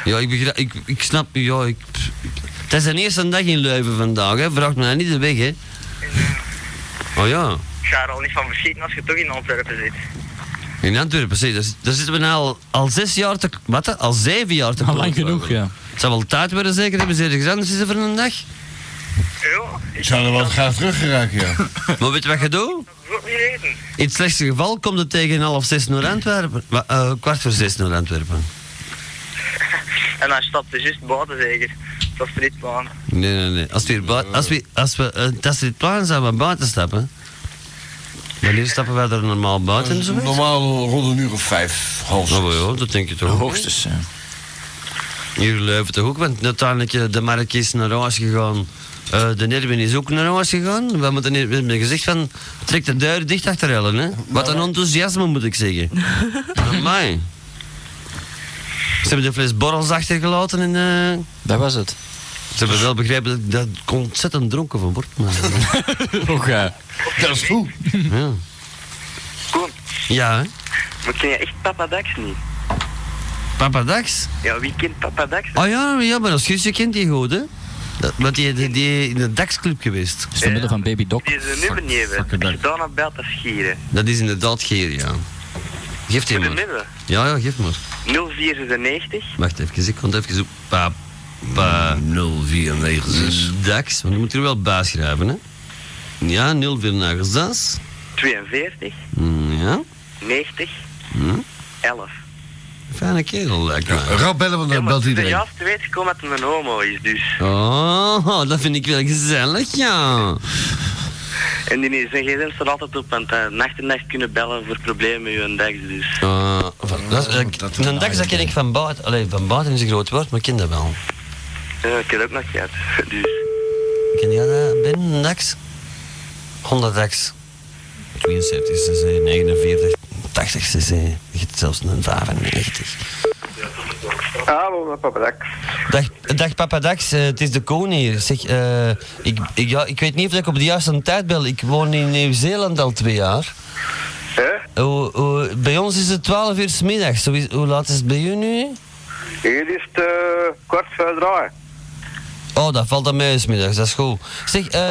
[SPEAKER 4] Ja, ik begrijp, ik, ik snap, ja, ik... Het is de eerste dag in Leuven vandaag, hè. Vraag me nou niet de weg, hè. Oh ja.
[SPEAKER 15] Ik ga er al niet van verschieten als je toch in Antwerpen zit.
[SPEAKER 4] In Antwerpen, zie, daar, zit- daar zitten we nou al, al zes jaar te... Wat? hè? Al zeven jaar te Al lang genoeg, ja. Het zou wel tijd worden, zeker. Hebben ze ergens anders is er voor een dag?
[SPEAKER 6] Ik zou er wel graag terug geraken, ja.
[SPEAKER 4] Maar weet je wat je doet? In het slechtste geval komt het tegen half zes naar Antwerpen. Wa- eh, kwart voor zes naar Antwerpen.
[SPEAKER 15] En hij stapte juist buiten, zeker. Dat is ritbaan.
[SPEAKER 4] Nee, nee, nee. Als we, hier bui- als we, als we eh, dat is het plan zijn, we buiten stappen. Wanneer stappen wij er normaal buiten? Zo
[SPEAKER 6] Normaal rond een uur of vijf, half zes.
[SPEAKER 4] Oh ja, dat denk je toch? Hoogstens, ja. Hier in Leuven toch ook, want uiteindelijk eh, de Mark is naar huis gegaan. Eh, de Erwin is ook naar huis gegaan. We moeten hier- we hebben gezegd van, trek de deur dicht achter Ellen. Hè? Wat een enthousiasme moet ik zeggen. Amai. Ze hebben de fles borrels achtergelaten en... dat was het. Ze hebben wel begrepen dat ik dat ik ontzettend dronken van word. Och ja. Dat is goed. Ja.
[SPEAKER 15] Kom,
[SPEAKER 4] Ja, hè?
[SPEAKER 15] we kennen echt Papa Dax niet.
[SPEAKER 4] Papa Dax?
[SPEAKER 15] Ja, wie kent Papa Dax?
[SPEAKER 4] Ah ja, ja maar als Guusje kent die goed, hè? Dat- Want die, die, die in de Dax-club geweest.
[SPEAKER 15] Is door middel
[SPEAKER 4] van Baby Doc.
[SPEAKER 15] Die ze nummer niet hebben. Dat je daar naar belt, dat is gieren.
[SPEAKER 4] Dat is inderdaad geer, ja. Geef die
[SPEAKER 15] Moet je
[SPEAKER 4] maar.
[SPEAKER 15] hem
[SPEAKER 4] Ja, ja, geef maar.
[SPEAKER 15] 0496.
[SPEAKER 4] Wacht even, ik kon het even zoeken. Papa... 0496. Dax, want je moet er wel bij schrijven, hè? Ja, 0496.
[SPEAKER 15] 42.
[SPEAKER 4] Mm, Ja.
[SPEAKER 15] 90.
[SPEAKER 4] Hm.
[SPEAKER 15] 11.
[SPEAKER 4] Fijne kerel, lijkt me.
[SPEAKER 6] Rap bellen, want dan belt
[SPEAKER 15] De
[SPEAKER 6] iedereen.
[SPEAKER 15] juiste weet gekomen dat het een homo is, dus.
[SPEAKER 4] Oh, dat vind ik wel gezellig, ja.
[SPEAKER 15] En die is zijn gsm staat altijd op, want eh, nacht en nacht kunnen bellen voor problemen met hun Dax, dus.
[SPEAKER 4] Eh, van- dat, is- ik- een Dax, dat ken ik van buiten. Allee, van buiten is een groot woord, maar ik ken dat wel.
[SPEAKER 15] Ja, ik heb dat ook nog gehad, dus.
[SPEAKER 4] Ken jij dat, Eh, Ben? Een Dax? 100 Dax. 72 cc, 49, 80 cc, je hebt zelfs een 95.
[SPEAKER 3] Hallo, met Papa Dax.
[SPEAKER 4] Dag, dag papa Dax, eh, het is de koning hier. Zeg, eh, ik, ik, ja, ik weet niet of ik op de juiste tijd bel. Ik woon in Nieuw-Zeeland al twee jaar. Hoe- hoe- bij ons is het 12 uur 's middags. Hoe, is- hoe laat is het bij u nu?
[SPEAKER 3] Hier is het eh, kwart voor draaien.
[SPEAKER 4] Oh, dat valt aan mij smiddags, dat is goed. Zeg, eh,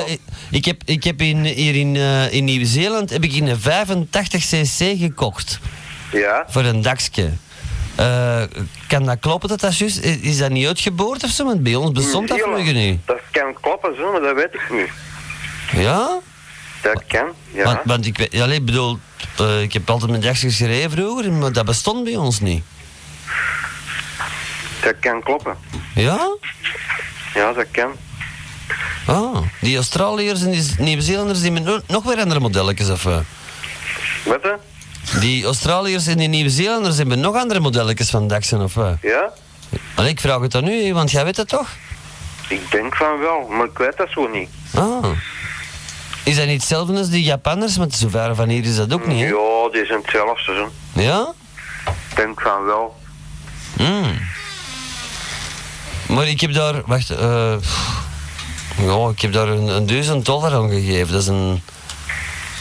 [SPEAKER 4] ik heb, ik heb in, hier in, eh, in Nieuw-Zeeland heb ik een 85cc gekocht.
[SPEAKER 3] Ja.
[SPEAKER 4] Voor een dakje. Eh, kan dat kloppen dat dat juist... i- Is dat niet uitgeboord of zo? Want bij ons bestond dat
[SPEAKER 3] Nieuw-Zeeland.
[SPEAKER 4] vroeger niet.
[SPEAKER 3] Dat kan kloppen zo, maar dat weet ik niet.
[SPEAKER 4] Ja?
[SPEAKER 3] Dat kan, ja.
[SPEAKER 4] Want, want ik weet... Allee, ik bedoel, eh, ik heb altijd met dakjes gereden vroeger, maar dat bestond bij ons niet.
[SPEAKER 3] Dat kan kloppen.
[SPEAKER 4] Ja?
[SPEAKER 3] Ja, dat kan.
[SPEAKER 4] Ah, die Australiërs en die Nieuw-Zeelanders die hebben nog weer andere modelletjes of... eh?
[SPEAKER 3] Wat hè?
[SPEAKER 4] Die Australiërs en die Nieuw-Zeelanders hebben nog andere modelletjes van Daxen of wat?
[SPEAKER 3] Ja?
[SPEAKER 4] Allee, ik vraag het aan u, hè, want jij weet het toch?
[SPEAKER 3] Ik denk van wel, maar ik weet dat zo niet.
[SPEAKER 4] Ah. Is dat niet hetzelfde als die Japanners? Want zo ver van hier is dat ook niet, hè?
[SPEAKER 10] Ja, die zijn hetzelfde. Zo.
[SPEAKER 4] Ja?
[SPEAKER 10] Ik denk van wel.
[SPEAKER 4] Mm. Maar ik heb daar, wacht, eh, pff, ja, ik heb daar een, een duizend dollar aan gegeven. Dat is een,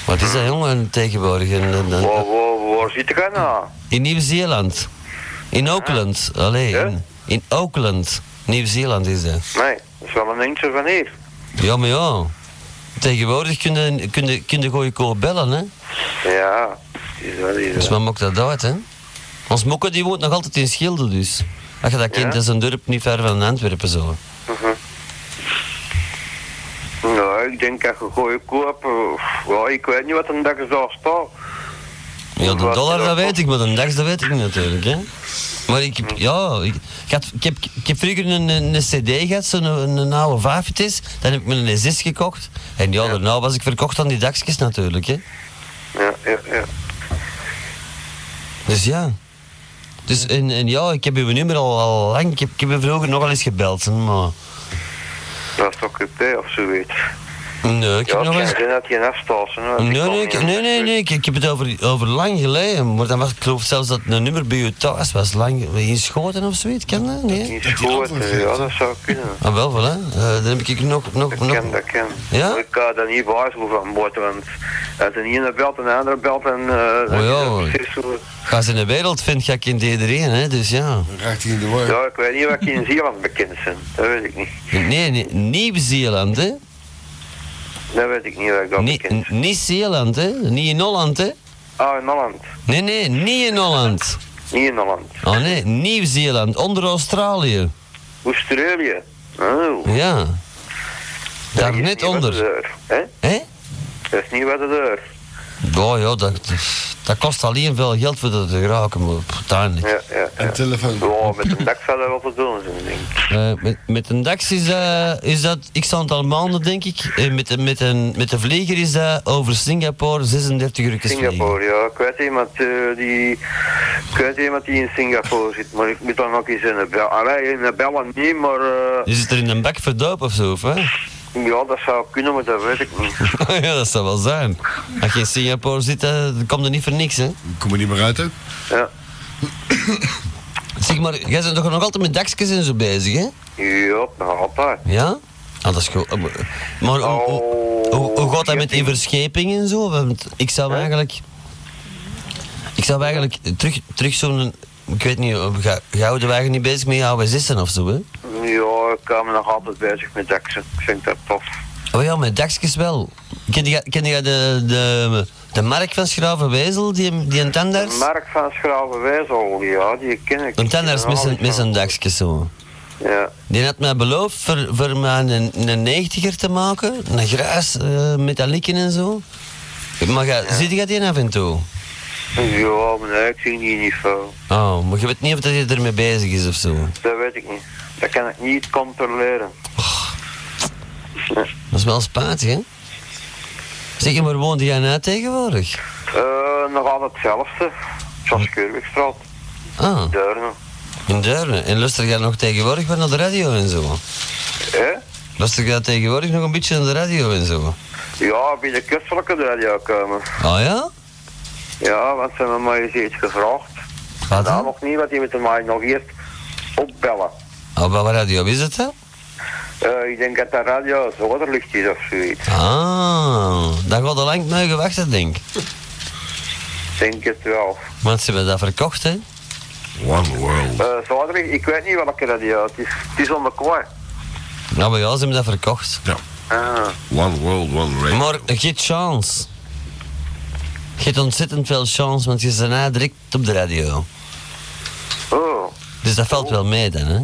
[SPEAKER 4] wat is dat jongen tegenwoordig? Een, een- een-
[SPEAKER 10] Waar, waar, waar zit ik aan? nou?
[SPEAKER 4] in Nieuw-Zeeland. In Auckland, alleen. In, in Auckland, Nieuw-Zeeland is dat.
[SPEAKER 10] Nee, dat is wel een eentje van hier.
[SPEAKER 4] Ja, maar ja. Tegenwoordig kun je, kun je, kun je goeie koop bellen, hè?
[SPEAKER 10] Ja, is wel is
[SPEAKER 4] Dus
[SPEAKER 10] wel.
[SPEAKER 4] wat maakt dat uit, hè? Ons mokke die woont nog altijd in Schilde, dus. Als je dat kent, dat is een dorp niet ver van Antwerpen, zo.
[SPEAKER 10] Mhm. Nou, ik denk dat je gooien koop. eh, Ja, ik weet niet wat een dag zal staan.
[SPEAKER 4] Ja, de dollar, dat weet ik, maar de DAX, dat weet ik niet natuurlijk, hè. Maar ik, heb- ja, ik, ik, had, ik, heb, ik heb vroeger een, een, een cd gehad, zo'n een, een oude vaafjes. Dan heb ik me een S6 gekocht. En ja, daarna was ik verkocht aan die DAXjes natuurlijk, hè.
[SPEAKER 10] Ja, ja, ja.
[SPEAKER 4] Dus ja. Dus, en, en ja, ik heb uw nummer al, al lang, ik heb, ik heb u vroeger nog wel eens gebeld, hè, maar...
[SPEAKER 10] Dat is toch coupé of zoiets.
[SPEAKER 4] Nee, ik heb
[SPEAKER 10] Ja,
[SPEAKER 4] nog
[SPEAKER 10] het
[SPEAKER 4] wel eens...
[SPEAKER 10] kan zijn dat je afstaat.
[SPEAKER 4] Nee, nee, ik- nee, nee, nee, ik, ik heb het over, over lang geleden. Maar dan was, ik geloof zelfs dat een nummer bij u thuis was. Lang, in Schoten of zoiets, kan dat? Nee?
[SPEAKER 10] Goed, eh, ja, dat zou kunnen.
[SPEAKER 4] Ah, wel, voilà. Eh, dan heb ik nog... nog, nog...
[SPEAKER 10] ken, dat ken.
[SPEAKER 4] Ja?
[SPEAKER 10] Ik kan dat niet waarschuwen van boord, want als de ene belt en de andere belt en... eh,
[SPEAKER 4] Oh ja,
[SPEAKER 10] dat
[SPEAKER 4] hoor.
[SPEAKER 10] is precies hoe-
[SPEAKER 4] Als je in de wereld vindt, ga ik in iedereen, hè. Dus ja.
[SPEAKER 6] Raakt hij in de
[SPEAKER 10] Ja, ik weet niet wat je in Zeeland bekend zijn. Dat weet ik niet.
[SPEAKER 4] Nee, nee Nieuw-Zeeland, hè.
[SPEAKER 10] Dat weet ik niet wat ik dat
[SPEAKER 4] Nee,
[SPEAKER 10] bekend
[SPEAKER 4] n- Niet Zeeland, hè. Niet in Holland, hè.
[SPEAKER 10] Ah, in Holland.
[SPEAKER 4] Nee, nee, niet in Holland.
[SPEAKER 10] Niet in Holland.
[SPEAKER 4] Oh nee, Nieuw-Zeeland, onder Australië.
[SPEAKER 10] Australië. Oh.
[SPEAKER 4] Ja. Daar net onder.
[SPEAKER 10] Hè?
[SPEAKER 4] Hè?
[SPEAKER 10] Dat is niet wat het is.
[SPEAKER 4] Ja, ja, dat, dat kost alleen veel geld voor dat te geraken, maar pff, uiteindelijk.
[SPEAKER 10] Ja, ja, ja. Een
[SPEAKER 6] telefoon.
[SPEAKER 10] Ja, met een dak zou dat wel te doen zijn, denk ik.
[SPEAKER 4] Eh, met, met een DAX is dat, is dat x aantal maanden, denk ik. En met, de- met, een, met de vlieger is dat over Singapore 36 uur vliegen.
[SPEAKER 10] Singapore, ja. Ik weet iemand, eh, die, ik weet iemand die in Singapore zit, maar ik moet dan ook eens in de bel. Allee, in de bellen niet, maar eh,
[SPEAKER 4] Is het er in een bak verdoop of zo, of hè?
[SPEAKER 10] ja, dat zou kunnen, maar dat weet ik niet.
[SPEAKER 4] ja, dat zou wel zijn. Als je in Singapore zit, eh, dan komt er niet voor niks, hè?
[SPEAKER 6] Kom er niet meer uit, ook.
[SPEAKER 10] Ja.
[SPEAKER 4] zeg maar, jij bent toch nog altijd met dakjes en zo bezig, hè?
[SPEAKER 10] Ja, nog altijd.
[SPEAKER 4] Ja? Ah, dat is goed. Maar hoe, hoe, hoe, hoe gaat dat met die verscheping en zo? Want ik zou eigenlijk... Ik zou eigenlijk terug, terug zo'n... Ik weet niet, ga- houden we eigenlijk niet bezig met jouw zitten of zo, hè?
[SPEAKER 10] Ja, ik kan me nog altijd bezig met daksen. Ik vind dat tof.
[SPEAKER 4] Oh ja, met dakjes wel. Ken je, ken je de, de, de Mark van Schravenwezel, die, die een tandarts?
[SPEAKER 10] Mark van Schravenwijzel, ja, die ken ik.
[SPEAKER 4] Een tandarts met zijn, met zijn dakjes zo.
[SPEAKER 10] Ja.
[SPEAKER 4] Die had mij beloofd voor, voor mij een, een negentiger te maken. Een grijs, eh metalieken en zo. Maar ga, zit je die af en toe?
[SPEAKER 10] Ja, maar nee, ik zie die niet veel.
[SPEAKER 4] Oh, maar je weet niet of dat hij ermee bezig is of zo.
[SPEAKER 10] Dat weet ik niet. Dat kan ik niet controleren.
[SPEAKER 4] Dat is wel spijtig, hè? Zeg, maar woonde jij nou tegenwoordig?
[SPEAKER 10] Eh, nog altijd hetzelfde. Zoals Keurwegstraat.
[SPEAKER 4] Ah,
[SPEAKER 10] Deurne.
[SPEAKER 4] in Deurne. En luister jij nog tegenwoordig wel naar de radio en zo?
[SPEAKER 10] Hè?
[SPEAKER 4] Luister jij tegenwoordig nog een beetje naar de radio en zo?
[SPEAKER 10] Ja, bij de kustelijke radio komen.
[SPEAKER 4] Oh ja?
[SPEAKER 10] Ja, want ze hebben mij eens iets gevraagd.
[SPEAKER 4] Wat
[SPEAKER 10] Nou,
[SPEAKER 4] dan?
[SPEAKER 10] nog niet, want die moeten mij nog eerst opbellen.
[SPEAKER 4] Oh, wat radio is het dan?
[SPEAKER 10] Eh, ik denk dat dat radio Zoderlicht is of zoiets.
[SPEAKER 4] Ah, dat gaat al lang mee gewachten, denk ik.
[SPEAKER 10] Ik Denk het wel.
[SPEAKER 4] Want ze hebben dat verkocht, hè?
[SPEAKER 6] One world.
[SPEAKER 10] Eh Zoderlicht, ik weet niet welke radio. Het is, het is onder kooi.
[SPEAKER 4] Nou, maar ja, ze hebben dat verkocht.
[SPEAKER 6] Ja.
[SPEAKER 10] Ah.
[SPEAKER 6] One world, one race.
[SPEAKER 4] Maar je hebt chance. Je hebt ontzettend veel chance, want je is daarna direct op de radio.
[SPEAKER 10] Oh,
[SPEAKER 4] Dus dat valt wel mee dan, hè?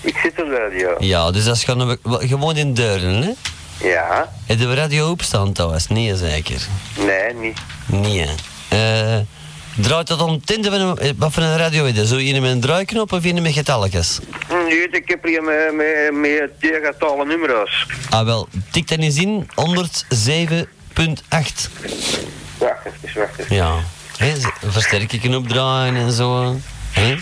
[SPEAKER 10] ik zit op de radio.
[SPEAKER 4] Ja, dus dat is gewoon, gewoon in Deurne, hè?
[SPEAKER 10] Ja?
[SPEAKER 4] Heb je de radio opstaan trouwens? Nee, zeker.
[SPEAKER 10] Nee, niet.
[SPEAKER 4] Nee. Eh draait dat om tinten van een, eh, wat voor een radio is dat? Zo iemand met een draaiknop of iemand met getalletjes?
[SPEAKER 10] Nee, ik heb hier met, met, met tegentallen nummers.
[SPEAKER 4] Ah wel, tik dan eens in, 107.8.
[SPEAKER 10] Wacht even, wacht even.
[SPEAKER 4] Ja. Hè, z- versterker knop draaien en zo. hè?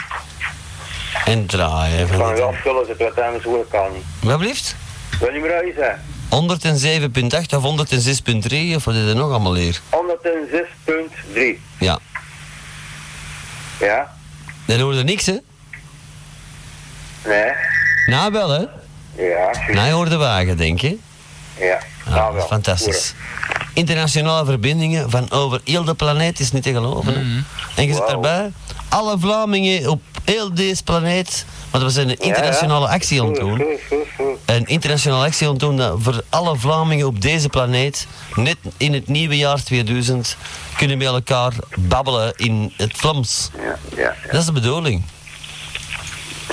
[SPEAKER 4] En draaien.
[SPEAKER 10] Ik
[SPEAKER 4] Van
[SPEAKER 10] kan
[SPEAKER 4] die-
[SPEAKER 10] wel vullen, ze het uiteindelijk zo kan.
[SPEAKER 4] Wat blieft?
[SPEAKER 10] Wat nummer is dat?
[SPEAKER 4] 107.8 of 106.3 of wat is er nog allemaal hier?
[SPEAKER 10] 106.3.
[SPEAKER 4] Ja.
[SPEAKER 10] Ja?
[SPEAKER 4] Dan hoorde niks, hè?
[SPEAKER 10] Nee?
[SPEAKER 4] Na wel, hè?
[SPEAKER 10] Ja,
[SPEAKER 4] Na je hoorde wagen, denk je?
[SPEAKER 10] ja. Nou
[SPEAKER 4] Ah, dat is Fantastisch. Internationale verbindingen van over heel de planeet is niet te geloven. hè. En je zit daarbij, alle Vlamingen op heel deze planeet, want we zijn een internationale actie aan het doen.
[SPEAKER 10] Hm,
[SPEAKER 4] Een internationale actie aan het doen dat voor alle Vlamingen op deze planeet, net in het nieuwe jaar 2000, kunnen met elkaar babbelen in het Vlaams.
[SPEAKER 10] Ja.
[SPEAKER 4] Dat is de bedoeling.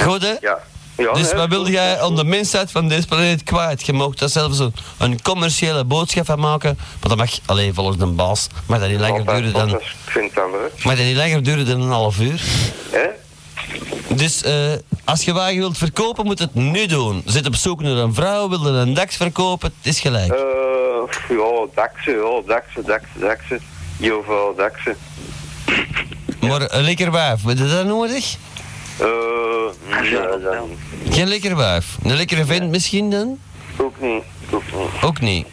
[SPEAKER 4] Goed, hè?
[SPEAKER 10] Ja. Ja,
[SPEAKER 4] dus
[SPEAKER 10] nee,
[SPEAKER 4] wat wilde jij aan de mensheid van deze planeet kwijt? Je mag daar zelfs een, een commerciële boodschap van maken, maar dat mag, alleen volgens de baas, maar dat niet langer duren dan,
[SPEAKER 10] Ik vind het wel, hè.
[SPEAKER 4] maar dat niet langer duren dan een half uur. Dus eh, als je wagen wilt verkopen, moet het nu doen. Zit op zoek naar een vrouw, wil er een DAX verkopen, het is gelijk.
[SPEAKER 10] Eh, ja, daksen, ja, daksen, daksen, daksen. Heel veel daksen.
[SPEAKER 4] Maar een lekker wijf, weet je dat nodig?
[SPEAKER 10] Eh, nee, dan
[SPEAKER 4] Geen lekker wijf. Een lekkere vent misschien dan?
[SPEAKER 10] ook niet. Ook niet.
[SPEAKER 4] Ook niet.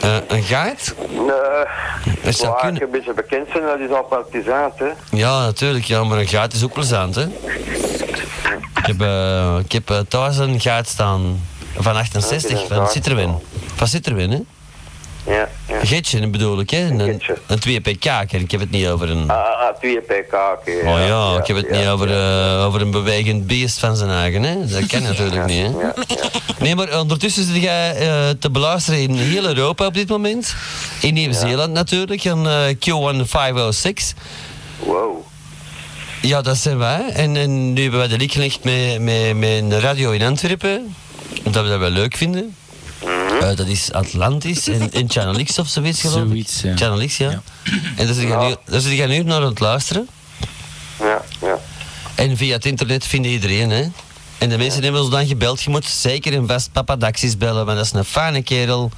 [SPEAKER 4] Eh, een geit?
[SPEAKER 10] Nee,
[SPEAKER 4] Dat zou
[SPEAKER 10] waar
[SPEAKER 4] kunnen.
[SPEAKER 10] je een beetje bekend zijn, dat is al partizaat, hè.
[SPEAKER 4] Ja, natuurlijk. Ja, maar een geit is ook plezant, hè? Ik heb, eh, ik heb eh, thuis een geit staan van 68, van Citroën. Van Citroën, hè?
[SPEAKER 10] Ja,
[SPEAKER 4] Een geitje bedoel ik, hè? Een, een 2 pk en ik heb het niet over een...
[SPEAKER 10] Ah, ah, twee pk. oké,
[SPEAKER 4] Oh ja, ik heb het niet over, eh, over een bewegend beest van zijn eigen, hè? Dat kan natuurlijk niet, hè? Nee, maar ondertussen zit jij eh, te beluisteren in heel Europa op dit moment. In Nieuw-Zeeland natuurlijk, een eh, Q1 506.
[SPEAKER 10] Wow.
[SPEAKER 4] Ja, dat zijn wij. En, en nu hebben wij de link gelegd met, met, met een radio in Antwerpen. Omdat we dat wel leuk vinden. Eh, dat is Atlantis en, en Channel X of zoiets geloof ik. Channel X, ja. En daar zit je nu- daar zit je nu naar aan het luisteren.
[SPEAKER 10] Ja, ja.
[SPEAKER 4] En via het internet vinden iedereen, hè. En de mensen hebben ons dan gebeld. Je moet zeker en vast papa Daxis bellen, want dat is een fijne kerel.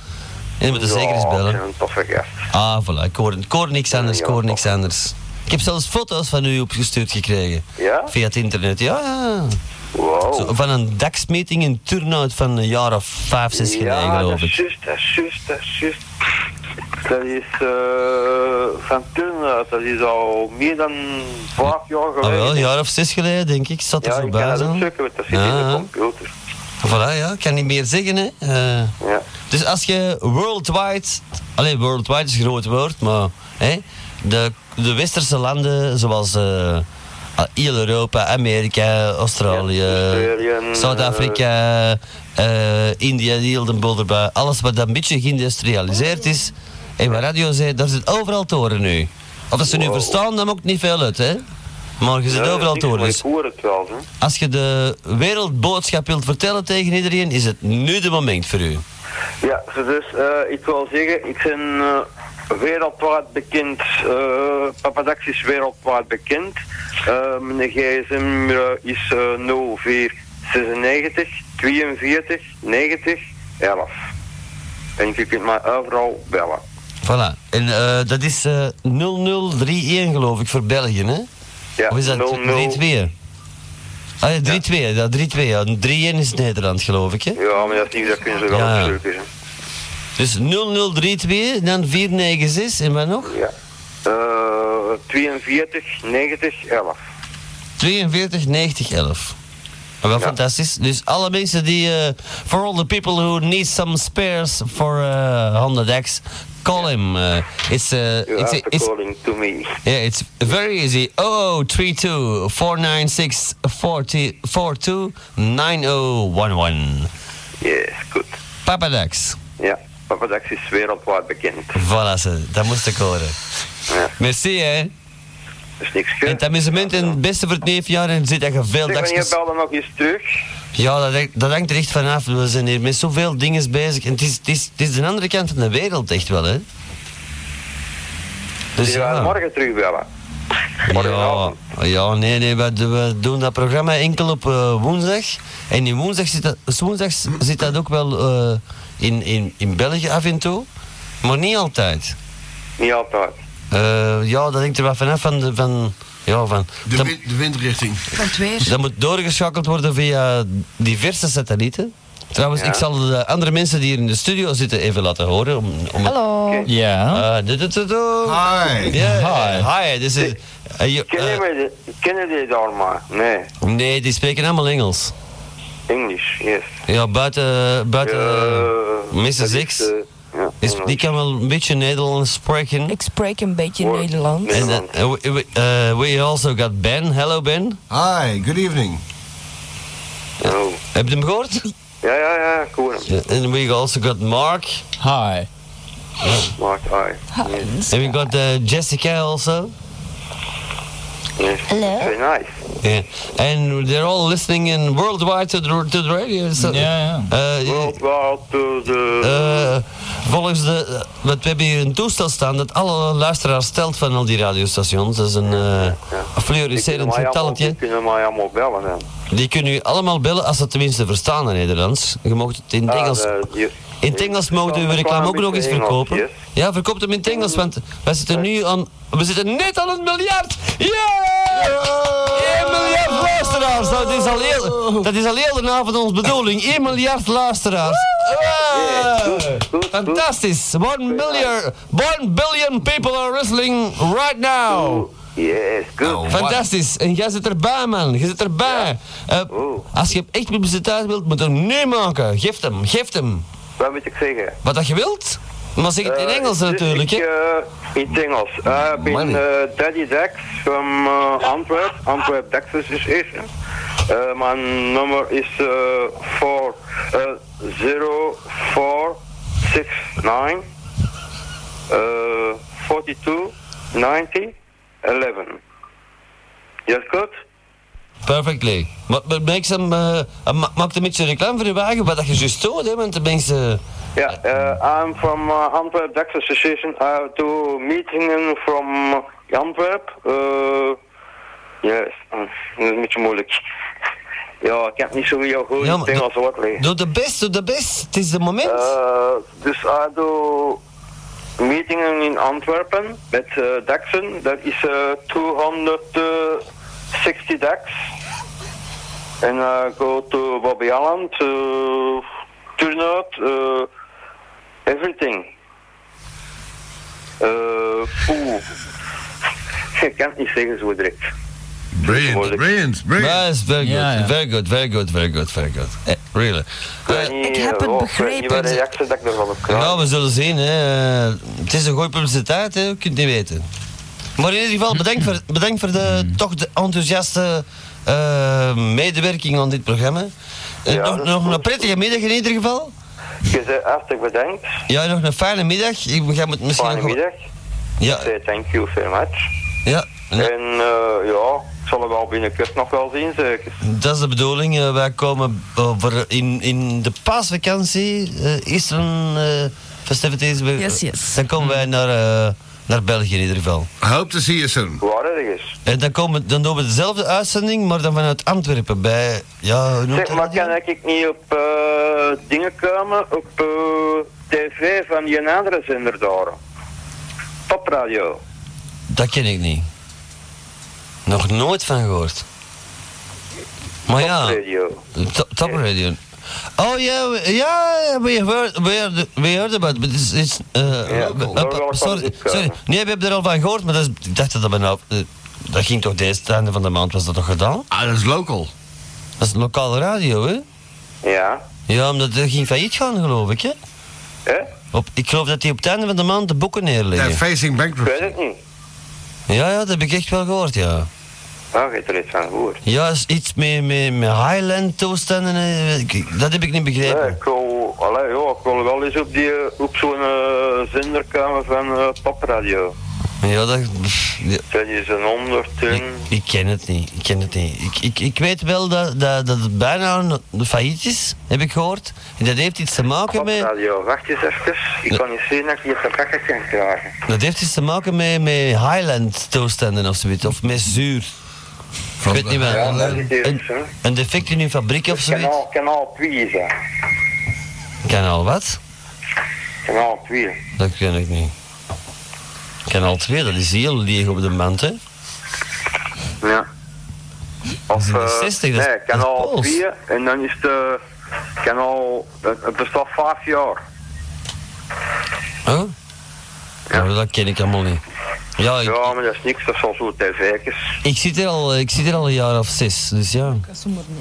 [SPEAKER 4] En je moet er zeker eens bellen.
[SPEAKER 10] Een toffe gast.
[SPEAKER 4] Ah, voilà. Ik hoor, ik hoor niks anders, ik hoor niks anders. Ik heb zelfs foto's van u opgestuurd gekregen.
[SPEAKER 10] Ja? Oh.
[SPEAKER 4] Via het internet, ja. ja. Zo, van een dagsmeting in Turnhout van een jaar of vijf, zes geleden,
[SPEAKER 10] Ja, dat
[SPEAKER 4] geloof
[SPEAKER 10] is
[SPEAKER 4] ik.
[SPEAKER 10] juist, dat is juist, dat is juist. Dat is eh van toen, eh, dat is al meer dan vijf jaar
[SPEAKER 4] Ah,
[SPEAKER 10] geleden.
[SPEAKER 4] wel, een jaar of zes geleden, denk ik. Zat er
[SPEAKER 10] ja, ik
[SPEAKER 4] voorbij.
[SPEAKER 10] kan dat
[SPEAKER 4] zo.
[SPEAKER 10] ook checken, want dat zit
[SPEAKER 4] Ja,
[SPEAKER 10] in de
[SPEAKER 4] ja.
[SPEAKER 10] computer.
[SPEAKER 4] Voilà, ja, ik kan niet meer zeggen, hè. Eh, Dus als je worldwide, alleen worldwide is een groot woord, maar hè, de, de westerse landen zoals eh, ah, heel Europa, Amerika, Australië,
[SPEAKER 10] Australië,
[SPEAKER 4] Zuid-Afrika, eh, India, heel de boel erbij, alles wat een beetje geïndustrialiseerd is, en waar radio zit, daar zit overal toren nu. Of dat ze nu verstaan, dan maakt niet veel uit, hè. Maar je zit
[SPEAKER 10] Ja,
[SPEAKER 4] overal
[SPEAKER 10] dat is niks,
[SPEAKER 4] toren.
[SPEAKER 10] maar
[SPEAKER 4] dus-
[SPEAKER 10] Ik hoor het wel, hè.
[SPEAKER 4] als je de wereldboodschap wilt vertellen tegen iedereen, is het nu de moment voor u.
[SPEAKER 10] Ja, dus eh, ik wil zeggen, ik ben eh, wereldwijd bekend, eh Papadax is wereldwijd bekend. Eh, mijn gsm eh, is eh 0496 42 90 11. En je kunt mij overal bellen.
[SPEAKER 4] Voilà. En eh, dat is eh 0031 geloof ik voor België, hè?
[SPEAKER 10] Ja,
[SPEAKER 4] Of is dat
[SPEAKER 10] 00
[SPEAKER 4] 32? Ah ja, 32, ja, 32. Ja. 31 is Nederland geloof ik, hè?
[SPEAKER 10] Ja, maar dat is niet, dat kunnen ze wel
[SPEAKER 4] Ja.
[SPEAKER 10] opzoeken. hè.
[SPEAKER 4] Dus 0032, dan 496 en wat nog?
[SPEAKER 10] Ja. Eh 42 90 11.
[SPEAKER 4] 42 90 11. Ah, Wel fantastisch. Dus alle mensen die, eh, for all the people who need some spares for uh, 100 X, call him. eh, it's, eh,
[SPEAKER 10] You
[SPEAKER 4] it's,
[SPEAKER 10] have to
[SPEAKER 4] it's,
[SPEAKER 10] calling to me.
[SPEAKER 4] Yeah, it's very easy. Oh, 0032 496 40 42 9011.
[SPEAKER 10] Yes, goed.
[SPEAKER 4] Papadax.
[SPEAKER 10] Ja, Papadax is wereldwijd bekend.
[SPEAKER 4] Voilà, ze. dat moest ik horen. Merci, hè.
[SPEAKER 10] Dat is niks
[SPEAKER 4] En het amusement en het beste voor het neefjaar en zit dat je veel
[SPEAKER 10] Zeg, wanneer
[SPEAKER 4] dagjes...
[SPEAKER 10] bel dan nog eens terug?
[SPEAKER 4] Ja, dat, hangt- dat hangt er echt vanaf. We zijn hier met zoveel dingen bezig. En het is, het, is, het is de andere kant van de wereld, echt wel, hè. Dus
[SPEAKER 10] Dus
[SPEAKER 4] ja.
[SPEAKER 10] morgen terugbellen.
[SPEAKER 4] Ja, ja, nee, nee, we, we doen dat programma enkel op eh, woensdag. En in woensdag zit dat, s woensdags zit dat ook wel eh, in, in, in België af en toe, maar niet altijd.
[SPEAKER 10] Niet altijd.
[SPEAKER 4] Eh, ja, dat hangt er wel vanaf van de. Van, ja, van,
[SPEAKER 16] De,
[SPEAKER 4] dat,
[SPEAKER 16] win- de windrichting.
[SPEAKER 9] Van het weer.
[SPEAKER 4] dat moet doorgeschakeld worden via diverse satellieten. Trouwens, ik zal de andere mensen die hier in de studio zitten even laten horen. Om, om
[SPEAKER 8] Hallo.
[SPEAKER 4] Ja. Eh, du- du- du- du.
[SPEAKER 10] Hi.
[SPEAKER 4] Ja, Hi. This is, eh, je- eh,
[SPEAKER 10] Kennen die daar maar? Nee.
[SPEAKER 4] nee, die spreken allemaal Engels.
[SPEAKER 10] Engels, yes.
[SPEAKER 4] Ja, buiten, buiten eh, Mr.
[SPEAKER 10] dat
[SPEAKER 4] Six.
[SPEAKER 10] is, eh, ja,
[SPEAKER 4] is, die
[SPEAKER 10] Engels.
[SPEAKER 4] kan wel een beetje Nederlands spreken.
[SPEAKER 8] Ik spreek een beetje Nederlands.
[SPEAKER 4] And then, uh, we, we, uh, we also got Ben. Hello Ben.
[SPEAKER 17] Hi, good evening.
[SPEAKER 10] Hello.
[SPEAKER 4] Heb je hem gehoord?
[SPEAKER 10] Oh. Ja, ja, ja, ik hoor hem.
[SPEAKER 4] And we also got Mark. Hi.
[SPEAKER 10] Mark, hi.
[SPEAKER 4] And we got uh, Jessica also.
[SPEAKER 10] Yes.
[SPEAKER 4] Hello.
[SPEAKER 10] Very nice.
[SPEAKER 4] Yeah. And they're all listening in worldwide to the, to the radio. So,
[SPEAKER 10] Ja,
[SPEAKER 4] ja. Uh,
[SPEAKER 10] Worldwide to the...
[SPEAKER 4] eh, volgens de... eh, want we hebben hier een toestel staan dat alle luisteraars telt van al die radiostations. Dat is een eh
[SPEAKER 10] Die kunnen
[SPEAKER 4] fluoriserend
[SPEAKER 10] mij allemaal-
[SPEAKER 4] getalletje.
[SPEAKER 10] Die kunnen mij allemaal bellen dan.
[SPEAKER 4] Die kunnen u allemaal bellen als ze het tenminste verstaan in Nederlands. Je mocht het in het
[SPEAKER 10] Ah,
[SPEAKER 4] Engels...
[SPEAKER 10] eh, die-
[SPEAKER 4] In het Engels mogen we uw
[SPEAKER 10] Ik kan
[SPEAKER 4] reclame
[SPEAKER 10] een
[SPEAKER 4] ook nog eens
[SPEAKER 10] beetje Engels,
[SPEAKER 4] verkopen.
[SPEAKER 10] yes.
[SPEAKER 4] Ja, verkoop hem in het Engels, want we zitten nu aan... We zitten net aan een miljard! Yeah! 1 miljard luisteraars! Dat is al heel, dat is al heel de avond onze bedoeling. 1 miljard luisteraars. Ah! Fantastisch! 1 billion, 1 billion people are listening right now!
[SPEAKER 10] Yes,
[SPEAKER 4] Nou.
[SPEAKER 10] good.
[SPEAKER 4] Fantastisch. En jij zit erbij, man. Jij zit erbij. Eh,
[SPEAKER 10] Oh.
[SPEAKER 4] als je echt publiciteit wilt, moet je hem nu maken. Geef hem, geef hem.
[SPEAKER 10] Wat moet ik zeggen?
[SPEAKER 4] Wat dat je wilt. Maar zeg het in
[SPEAKER 10] Eh,
[SPEAKER 4] Engels
[SPEAKER 10] ik-
[SPEAKER 4] natuurlijk,
[SPEAKER 10] ik,
[SPEAKER 4] hè.
[SPEAKER 10] eh, in het Engels. Eh, Ik ben eh, Daddy Dex van eh Antwerp. Antwerp Dex Association. Eh, mijn nummer is eh 4, eh, 0469 eh, 42 90 11. Yes, goed?
[SPEAKER 4] Perfectly. Maar, maar maak hem, eh, eh, ma- maak een beetje reclame voor je wagen, wat dat je juist doet, hè. Want de mensen...
[SPEAKER 10] Yeah, uh, I'm from uh, Antwerp Dex Association. I have two meetings from eh, Antwerp. Uh, yes, mm, dat is een beetje moeilijk. Ja, ik heb niet zo heel goed
[SPEAKER 4] Ja,
[SPEAKER 10] in
[SPEAKER 4] maar
[SPEAKER 10] het Engels wat
[SPEAKER 4] Doe de best, doe de best. Het is de moment.
[SPEAKER 10] Dus I do meetingen in Antwerpen met uh, Dexen. Dat is eh, 260 Dex. En I go to Bobby Allen, to Turnout, uh, everything. Uh, oeh. Ik kan het niet zeggen zo direct.
[SPEAKER 6] Brilliant, brilliant, brilliant.
[SPEAKER 4] Nice, very good,
[SPEAKER 6] Ja, ja.
[SPEAKER 4] very good, very good, very good, very good. Eh, really.
[SPEAKER 10] oh, Ik heb het begrepen. Nou, Ik weet niet wat de reactie dat ik ervan heb gedaan.
[SPEAKER 4] Ja, we zullen zien. Hè. Eh, Het is een goede publiciteit, hè. je kunt niet weten. Maar in ieder geval, bedankt voor, bedankt voor de,
[SPEAKER 10] Hmm.
[SPEAKER 4] toch de enthousiaste eh, medewerking aan dit programma. Eh,
[SPEAKER 10] Ja,
[SPEAKER 4] nog,
[SPEAKER 10] dat is
[SPEAKER 4] nog een
[SPEAKER 10] goed.
[SPEAKER 4] prettige middag in ieder geval.
[SPEAKER 10] Je zei hartelijk bedankt.
[SPEAKER 4] Ja, nog een fijne middag. Ik ga het misschien
[SPEAKER 10] Fijne
[SPEAKER 4] nog...
[SPEAKER 10] middag.
[SPEAKER 4] Ja.
[SPEAKER 10] Say thank you very much.
[SPEAKER 4] Ja.
[SPEAKER 10] En eh, ja, ik zal hem wel binnenkort nog wel zien zeker.
[SPEAKER 4] Dat is de bedoeling. Eh, wij komen over in, in de paasvakantie, eh Eastern eh festivities. We-
[SPEAKER 10] Yes, yes.
[SPEAKER 4] Dan komen wij naar, eh, naar België in ieder geval.
[SPEAKER 6] Hope to see you soon.
[SPEAKER 10] Waar ergens.
[SPEAKER 4] En Eh, dan, komen, dan doen we dezelfde uitzending, maar dan vanuit Antwerpen bij... Ja, hoe noemt
[SPEAKER 10] Zeg,
[SPEAKER 4] dat?
[SPEAKER 10] maar kan ik niet op eh, dingen komen? Op eh, tv van die andere zender daar. Popradio.
[SPEAKER 4] Dat ken ik niet. Nog nooit van gehoord. Maar ja...
[SPEAKER 10] Radio.
[SPEAKER 4] Top, top radio. Oh ja, we- ja, we heard, we heard, we heard about, but it's, it's eh, eh, eh, sorry, sorry, nee, we hebben er al van gehoord, maar dat is, ik dacht dat dat bij nou, eh, dat ging toch deze het einde van de maand was dat toch gedaan?
[SPEAKER 6] Ah, dat is local.
[SPEAKER 4] Dat is lokale radio, hè?
[SPEAKER 10] Ja.
[SPEAKER 4] Ja, omdat dat ging failliet gaan, geloof ik, hè?
[SPEAKER 10] Hè?
[SPEAKER 4] Op, ik geloof dat die op het einde van de maand de boeken neerleggen.
[SPEAKER 6] Ja, facing
[SPEAKER 10] Ik
[SPEAKER 6] bankruptcy.
[SPEAKER 10] weet het niet.
[SPEAKER 4] Ja, ja, dat heb ik echt wel gehoord, ja.
[SPEAKER 10] Ah, je hebt er iets van gehoord.
[SPEAKER 4] Ja, is iets met, met, met Highland toestanden, eh, ik- dat heb ik niet begrepen.
[SPEAKER 10] Nee, ik wil, allee, ja, ik wil wel eens op, die, eh, op zo'n eh, zender komen van eh, Popradio.
[SPEAKER 4] Ja, dat...
[SPEAKER 10] Dat is een 110.
[SPEAKER 4] Ik ken het niet, ik ken het niet. Ik, ik, ik weet wel dat, dat, dat het bijna een failliet is, heb ik gehoord. En dat heeft iets te maken met...
[SPEAKER 10] Popradio, wacht eens even. Ik kan niet zien dat ik hier te pakken kan krijgen.
[SPEAKER 4] Dat heeft iets te maken met, met Highland toestanden of zoiets, of met zuur. Ik weet niet meer.
[SPEAKER 10] Ja, dat is iets,
[SPEAKER 4] Een,
[SPEAKER 10] hè.
[SPEAKER 4] een defect in uw fabriek of zoiets.
[SPEAKER 10] Kanaal, kanaal 2 is dat.
[SPEAKER 4] Kanaal wat?
[SPEAKER 10] Kanaal 2.
[SPEAKER 4] Dat ken ik niet. Kanaal 2, dat is heel leeg op de mand, hè.
[SPEAKER 10] Ja. Of, eh,
[SPEAKER 4] 60, dat is-
[SPEAKER 10] nee,
[SPEAKER 4] dat is
[SPEAKER 10] eh, kanaal
[SPEAKER 4] Pools.
[SPEAKER 10] 4 en dan is de kan al, het, het bestaat vijf jaar.
[SPEAKER 4] Huh? Ja. dat ken ik allemaal niet. Ja, ik,
[SPEAKER 10] Ja, maar dat is niks, dat is al zo tv-kens.
[SPEAKER 4] ik, zit er al, ik zit er al een jaar of zes, dus ja.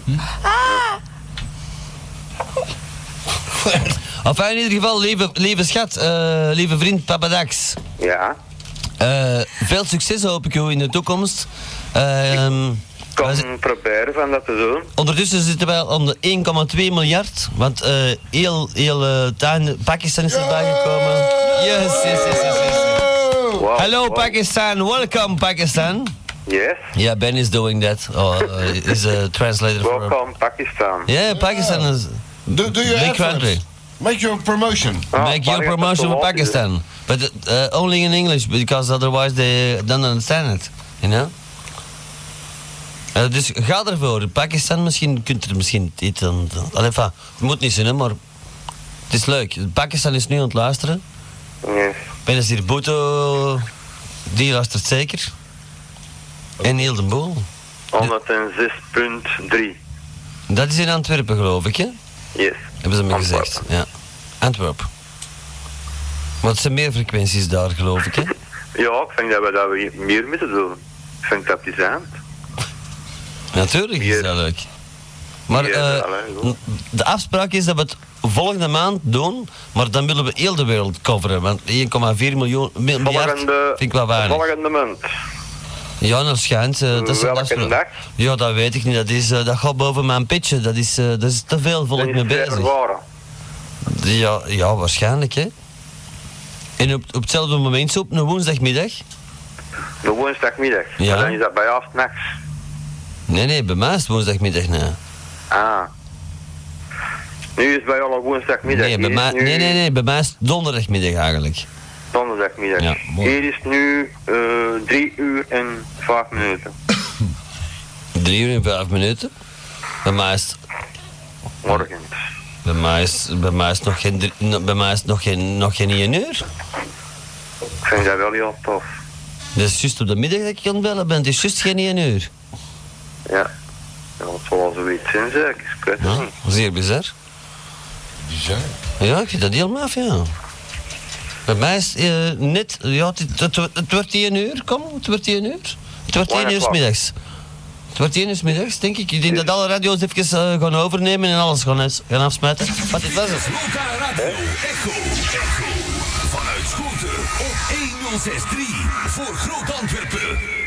[SPEAKER 4] Hm? Enfin, in ieder geval, lieve, lieve schat, eh, lieve vriend Papa Dax.
[SPEAKER 10] Ja.
[SPEAKER 4] Eh, veel succes hoop ik u in de toekomst. Ehm, wij zi-
[SPEAKER 10] Kan proberen van dat te doen.
[SPEAKER 4] ondertussen zitten wij al om de 1,2 miljard, want eh, heel, heel eh, tuin- Pakistan is erbij gekomen. Yes, yes, yes, yes. yes. Hallo Pakistan, welcome Pakistan.
[SPEAKER 10] Yes.
[SPEAKER 4] Yeah, Ben is doing that. Oh, uh, is a translator for.
[SPEAKER 10] Welcome Pakistan.
[SPEAKER 4] Yeah, Pakistan is.
[SPEAKER 18] Do, do your
[SPEAKER 4] big
[SPEAKER 18] efforts.
[SPEAKER 4] country.
[SPEAKER 18] Make your promotion.
[SPEAKER 4] Make your promotion for Pakistan, but uh, only in English because otherwise they don't understand it, you know. Eh, dus ga ervoor. Pakistan misschien kunt er misschien iets aan. Allee, enfin, het moet niet zijn, maar het is leuk. Pakistan is nu aan het luisteren.
[SPEAKER 10] Yes.
[SPEAKER 4] Ben is hier Boeto, die luistert zeker. En heel de boel.
[SPEAKER 10] 106.3.
[SPEAKER 4] Dat is in Antwerpen, geloof ik, hè?
[SPEAKER 10] Yes.
[SPEAKER 4] Hebben ze me gezegd, ja. Antwerpen. Want er zijn meer frequenties daar, geloof ik, hè?
[SPEAKER 10] Ja, ik vind dat we dat we meer moeten doen. Ik vind dat die zijn.
[SPEAKER 4] Natuurlijk is dat leuk. Maar eh, de afspraak is dat we het volgende maand doen, maar dan willen we heel de wereld coveren. Want 1,4 miljoen, mil- miljard
[SPEAKER 10] Volgende,
[SPEAKER 4] vind ik wel weinig.
[SPEAKER 10] volgende maand.
[SPEAKER 4] Ja, dat schijnt. eh, dat is een
[SPEAKER 10] Welke
[SPEAKER 4] afspraak.
[SPEAKER 10] dag?
[SPEAKER 4] Ja, dat weet ik niet. Dat, is, eh, dat gaat boven mijn pitje. Dat is, eh, dat is te veel volk mee bezig. Ja, ja, waarschijnlijk, hè. En op, op hetzelfde moment, zo op een woensdagmiddag?
[SPEAKER 10] De woensdagmiddag.
[SPEAKER 4] Ja.
[SPEAKER 10] Maar Dan is dat bij jou s'nachts.
[SPEAKER 4] Nee, nee, bij mij is het woensdagmiddag, nee.
[SPEAKER 10] Ah. Nu is het bij jou al woensdagmiddag.
[SPEAKER 4] Nee, bij
[SPEAKER 10] Hier is
[SPEAKER 4] mij,
[SPEAKER 10] nu
[SPEAKER 4] nee, nee, nee, bij mij is het donderdagmiddag eigenlijk.
[SPEAKER 10] Donderdagmiddag.
[SPEAKER 4] Ja, mooi.
[SPEAKER 10] Hier is nu eh 3 uur en 5 minuten.
[SPEAKER 4] Drie uur en vijf minuten. Bij mij is het...
[SPEAKER 10] Morgen.
[SPEAKER 4] Bij mij is, bij mij is het nog geen, drie- no- bij mij is het nog geen, nog geen één uur.
[SPEAKER 10] Ik vind dat wel heel tof.
[SPEAKER 4] Dat is Dus juist op de middag dat ik aan het bellen ben. Het is juist geen één uur.
[SPEAKER 10] Ja. Ja, het zal wel zoiets zijn, zeg. Ik weet het niet.
[SPEAKER 4] Zeer bizar. Bizar? Ja, ik vind dat heel maf, ja. Bij mij is eh, net... Ja, het, het, wordt- het wordt één uur, kom. Het wordt één uur. Het wordt één uur 's middags. Het wordt één uur 's middags, denk ik. Ik denk dat alle radio's even eh, gaan overnemen en alles gaan, eens- gaan afsmijten. Wat dit was het.
[SPEAKER 6] Loka Radio Echo. Echo. Vanuit Schoten op 1063 voor Groot Antwerpen.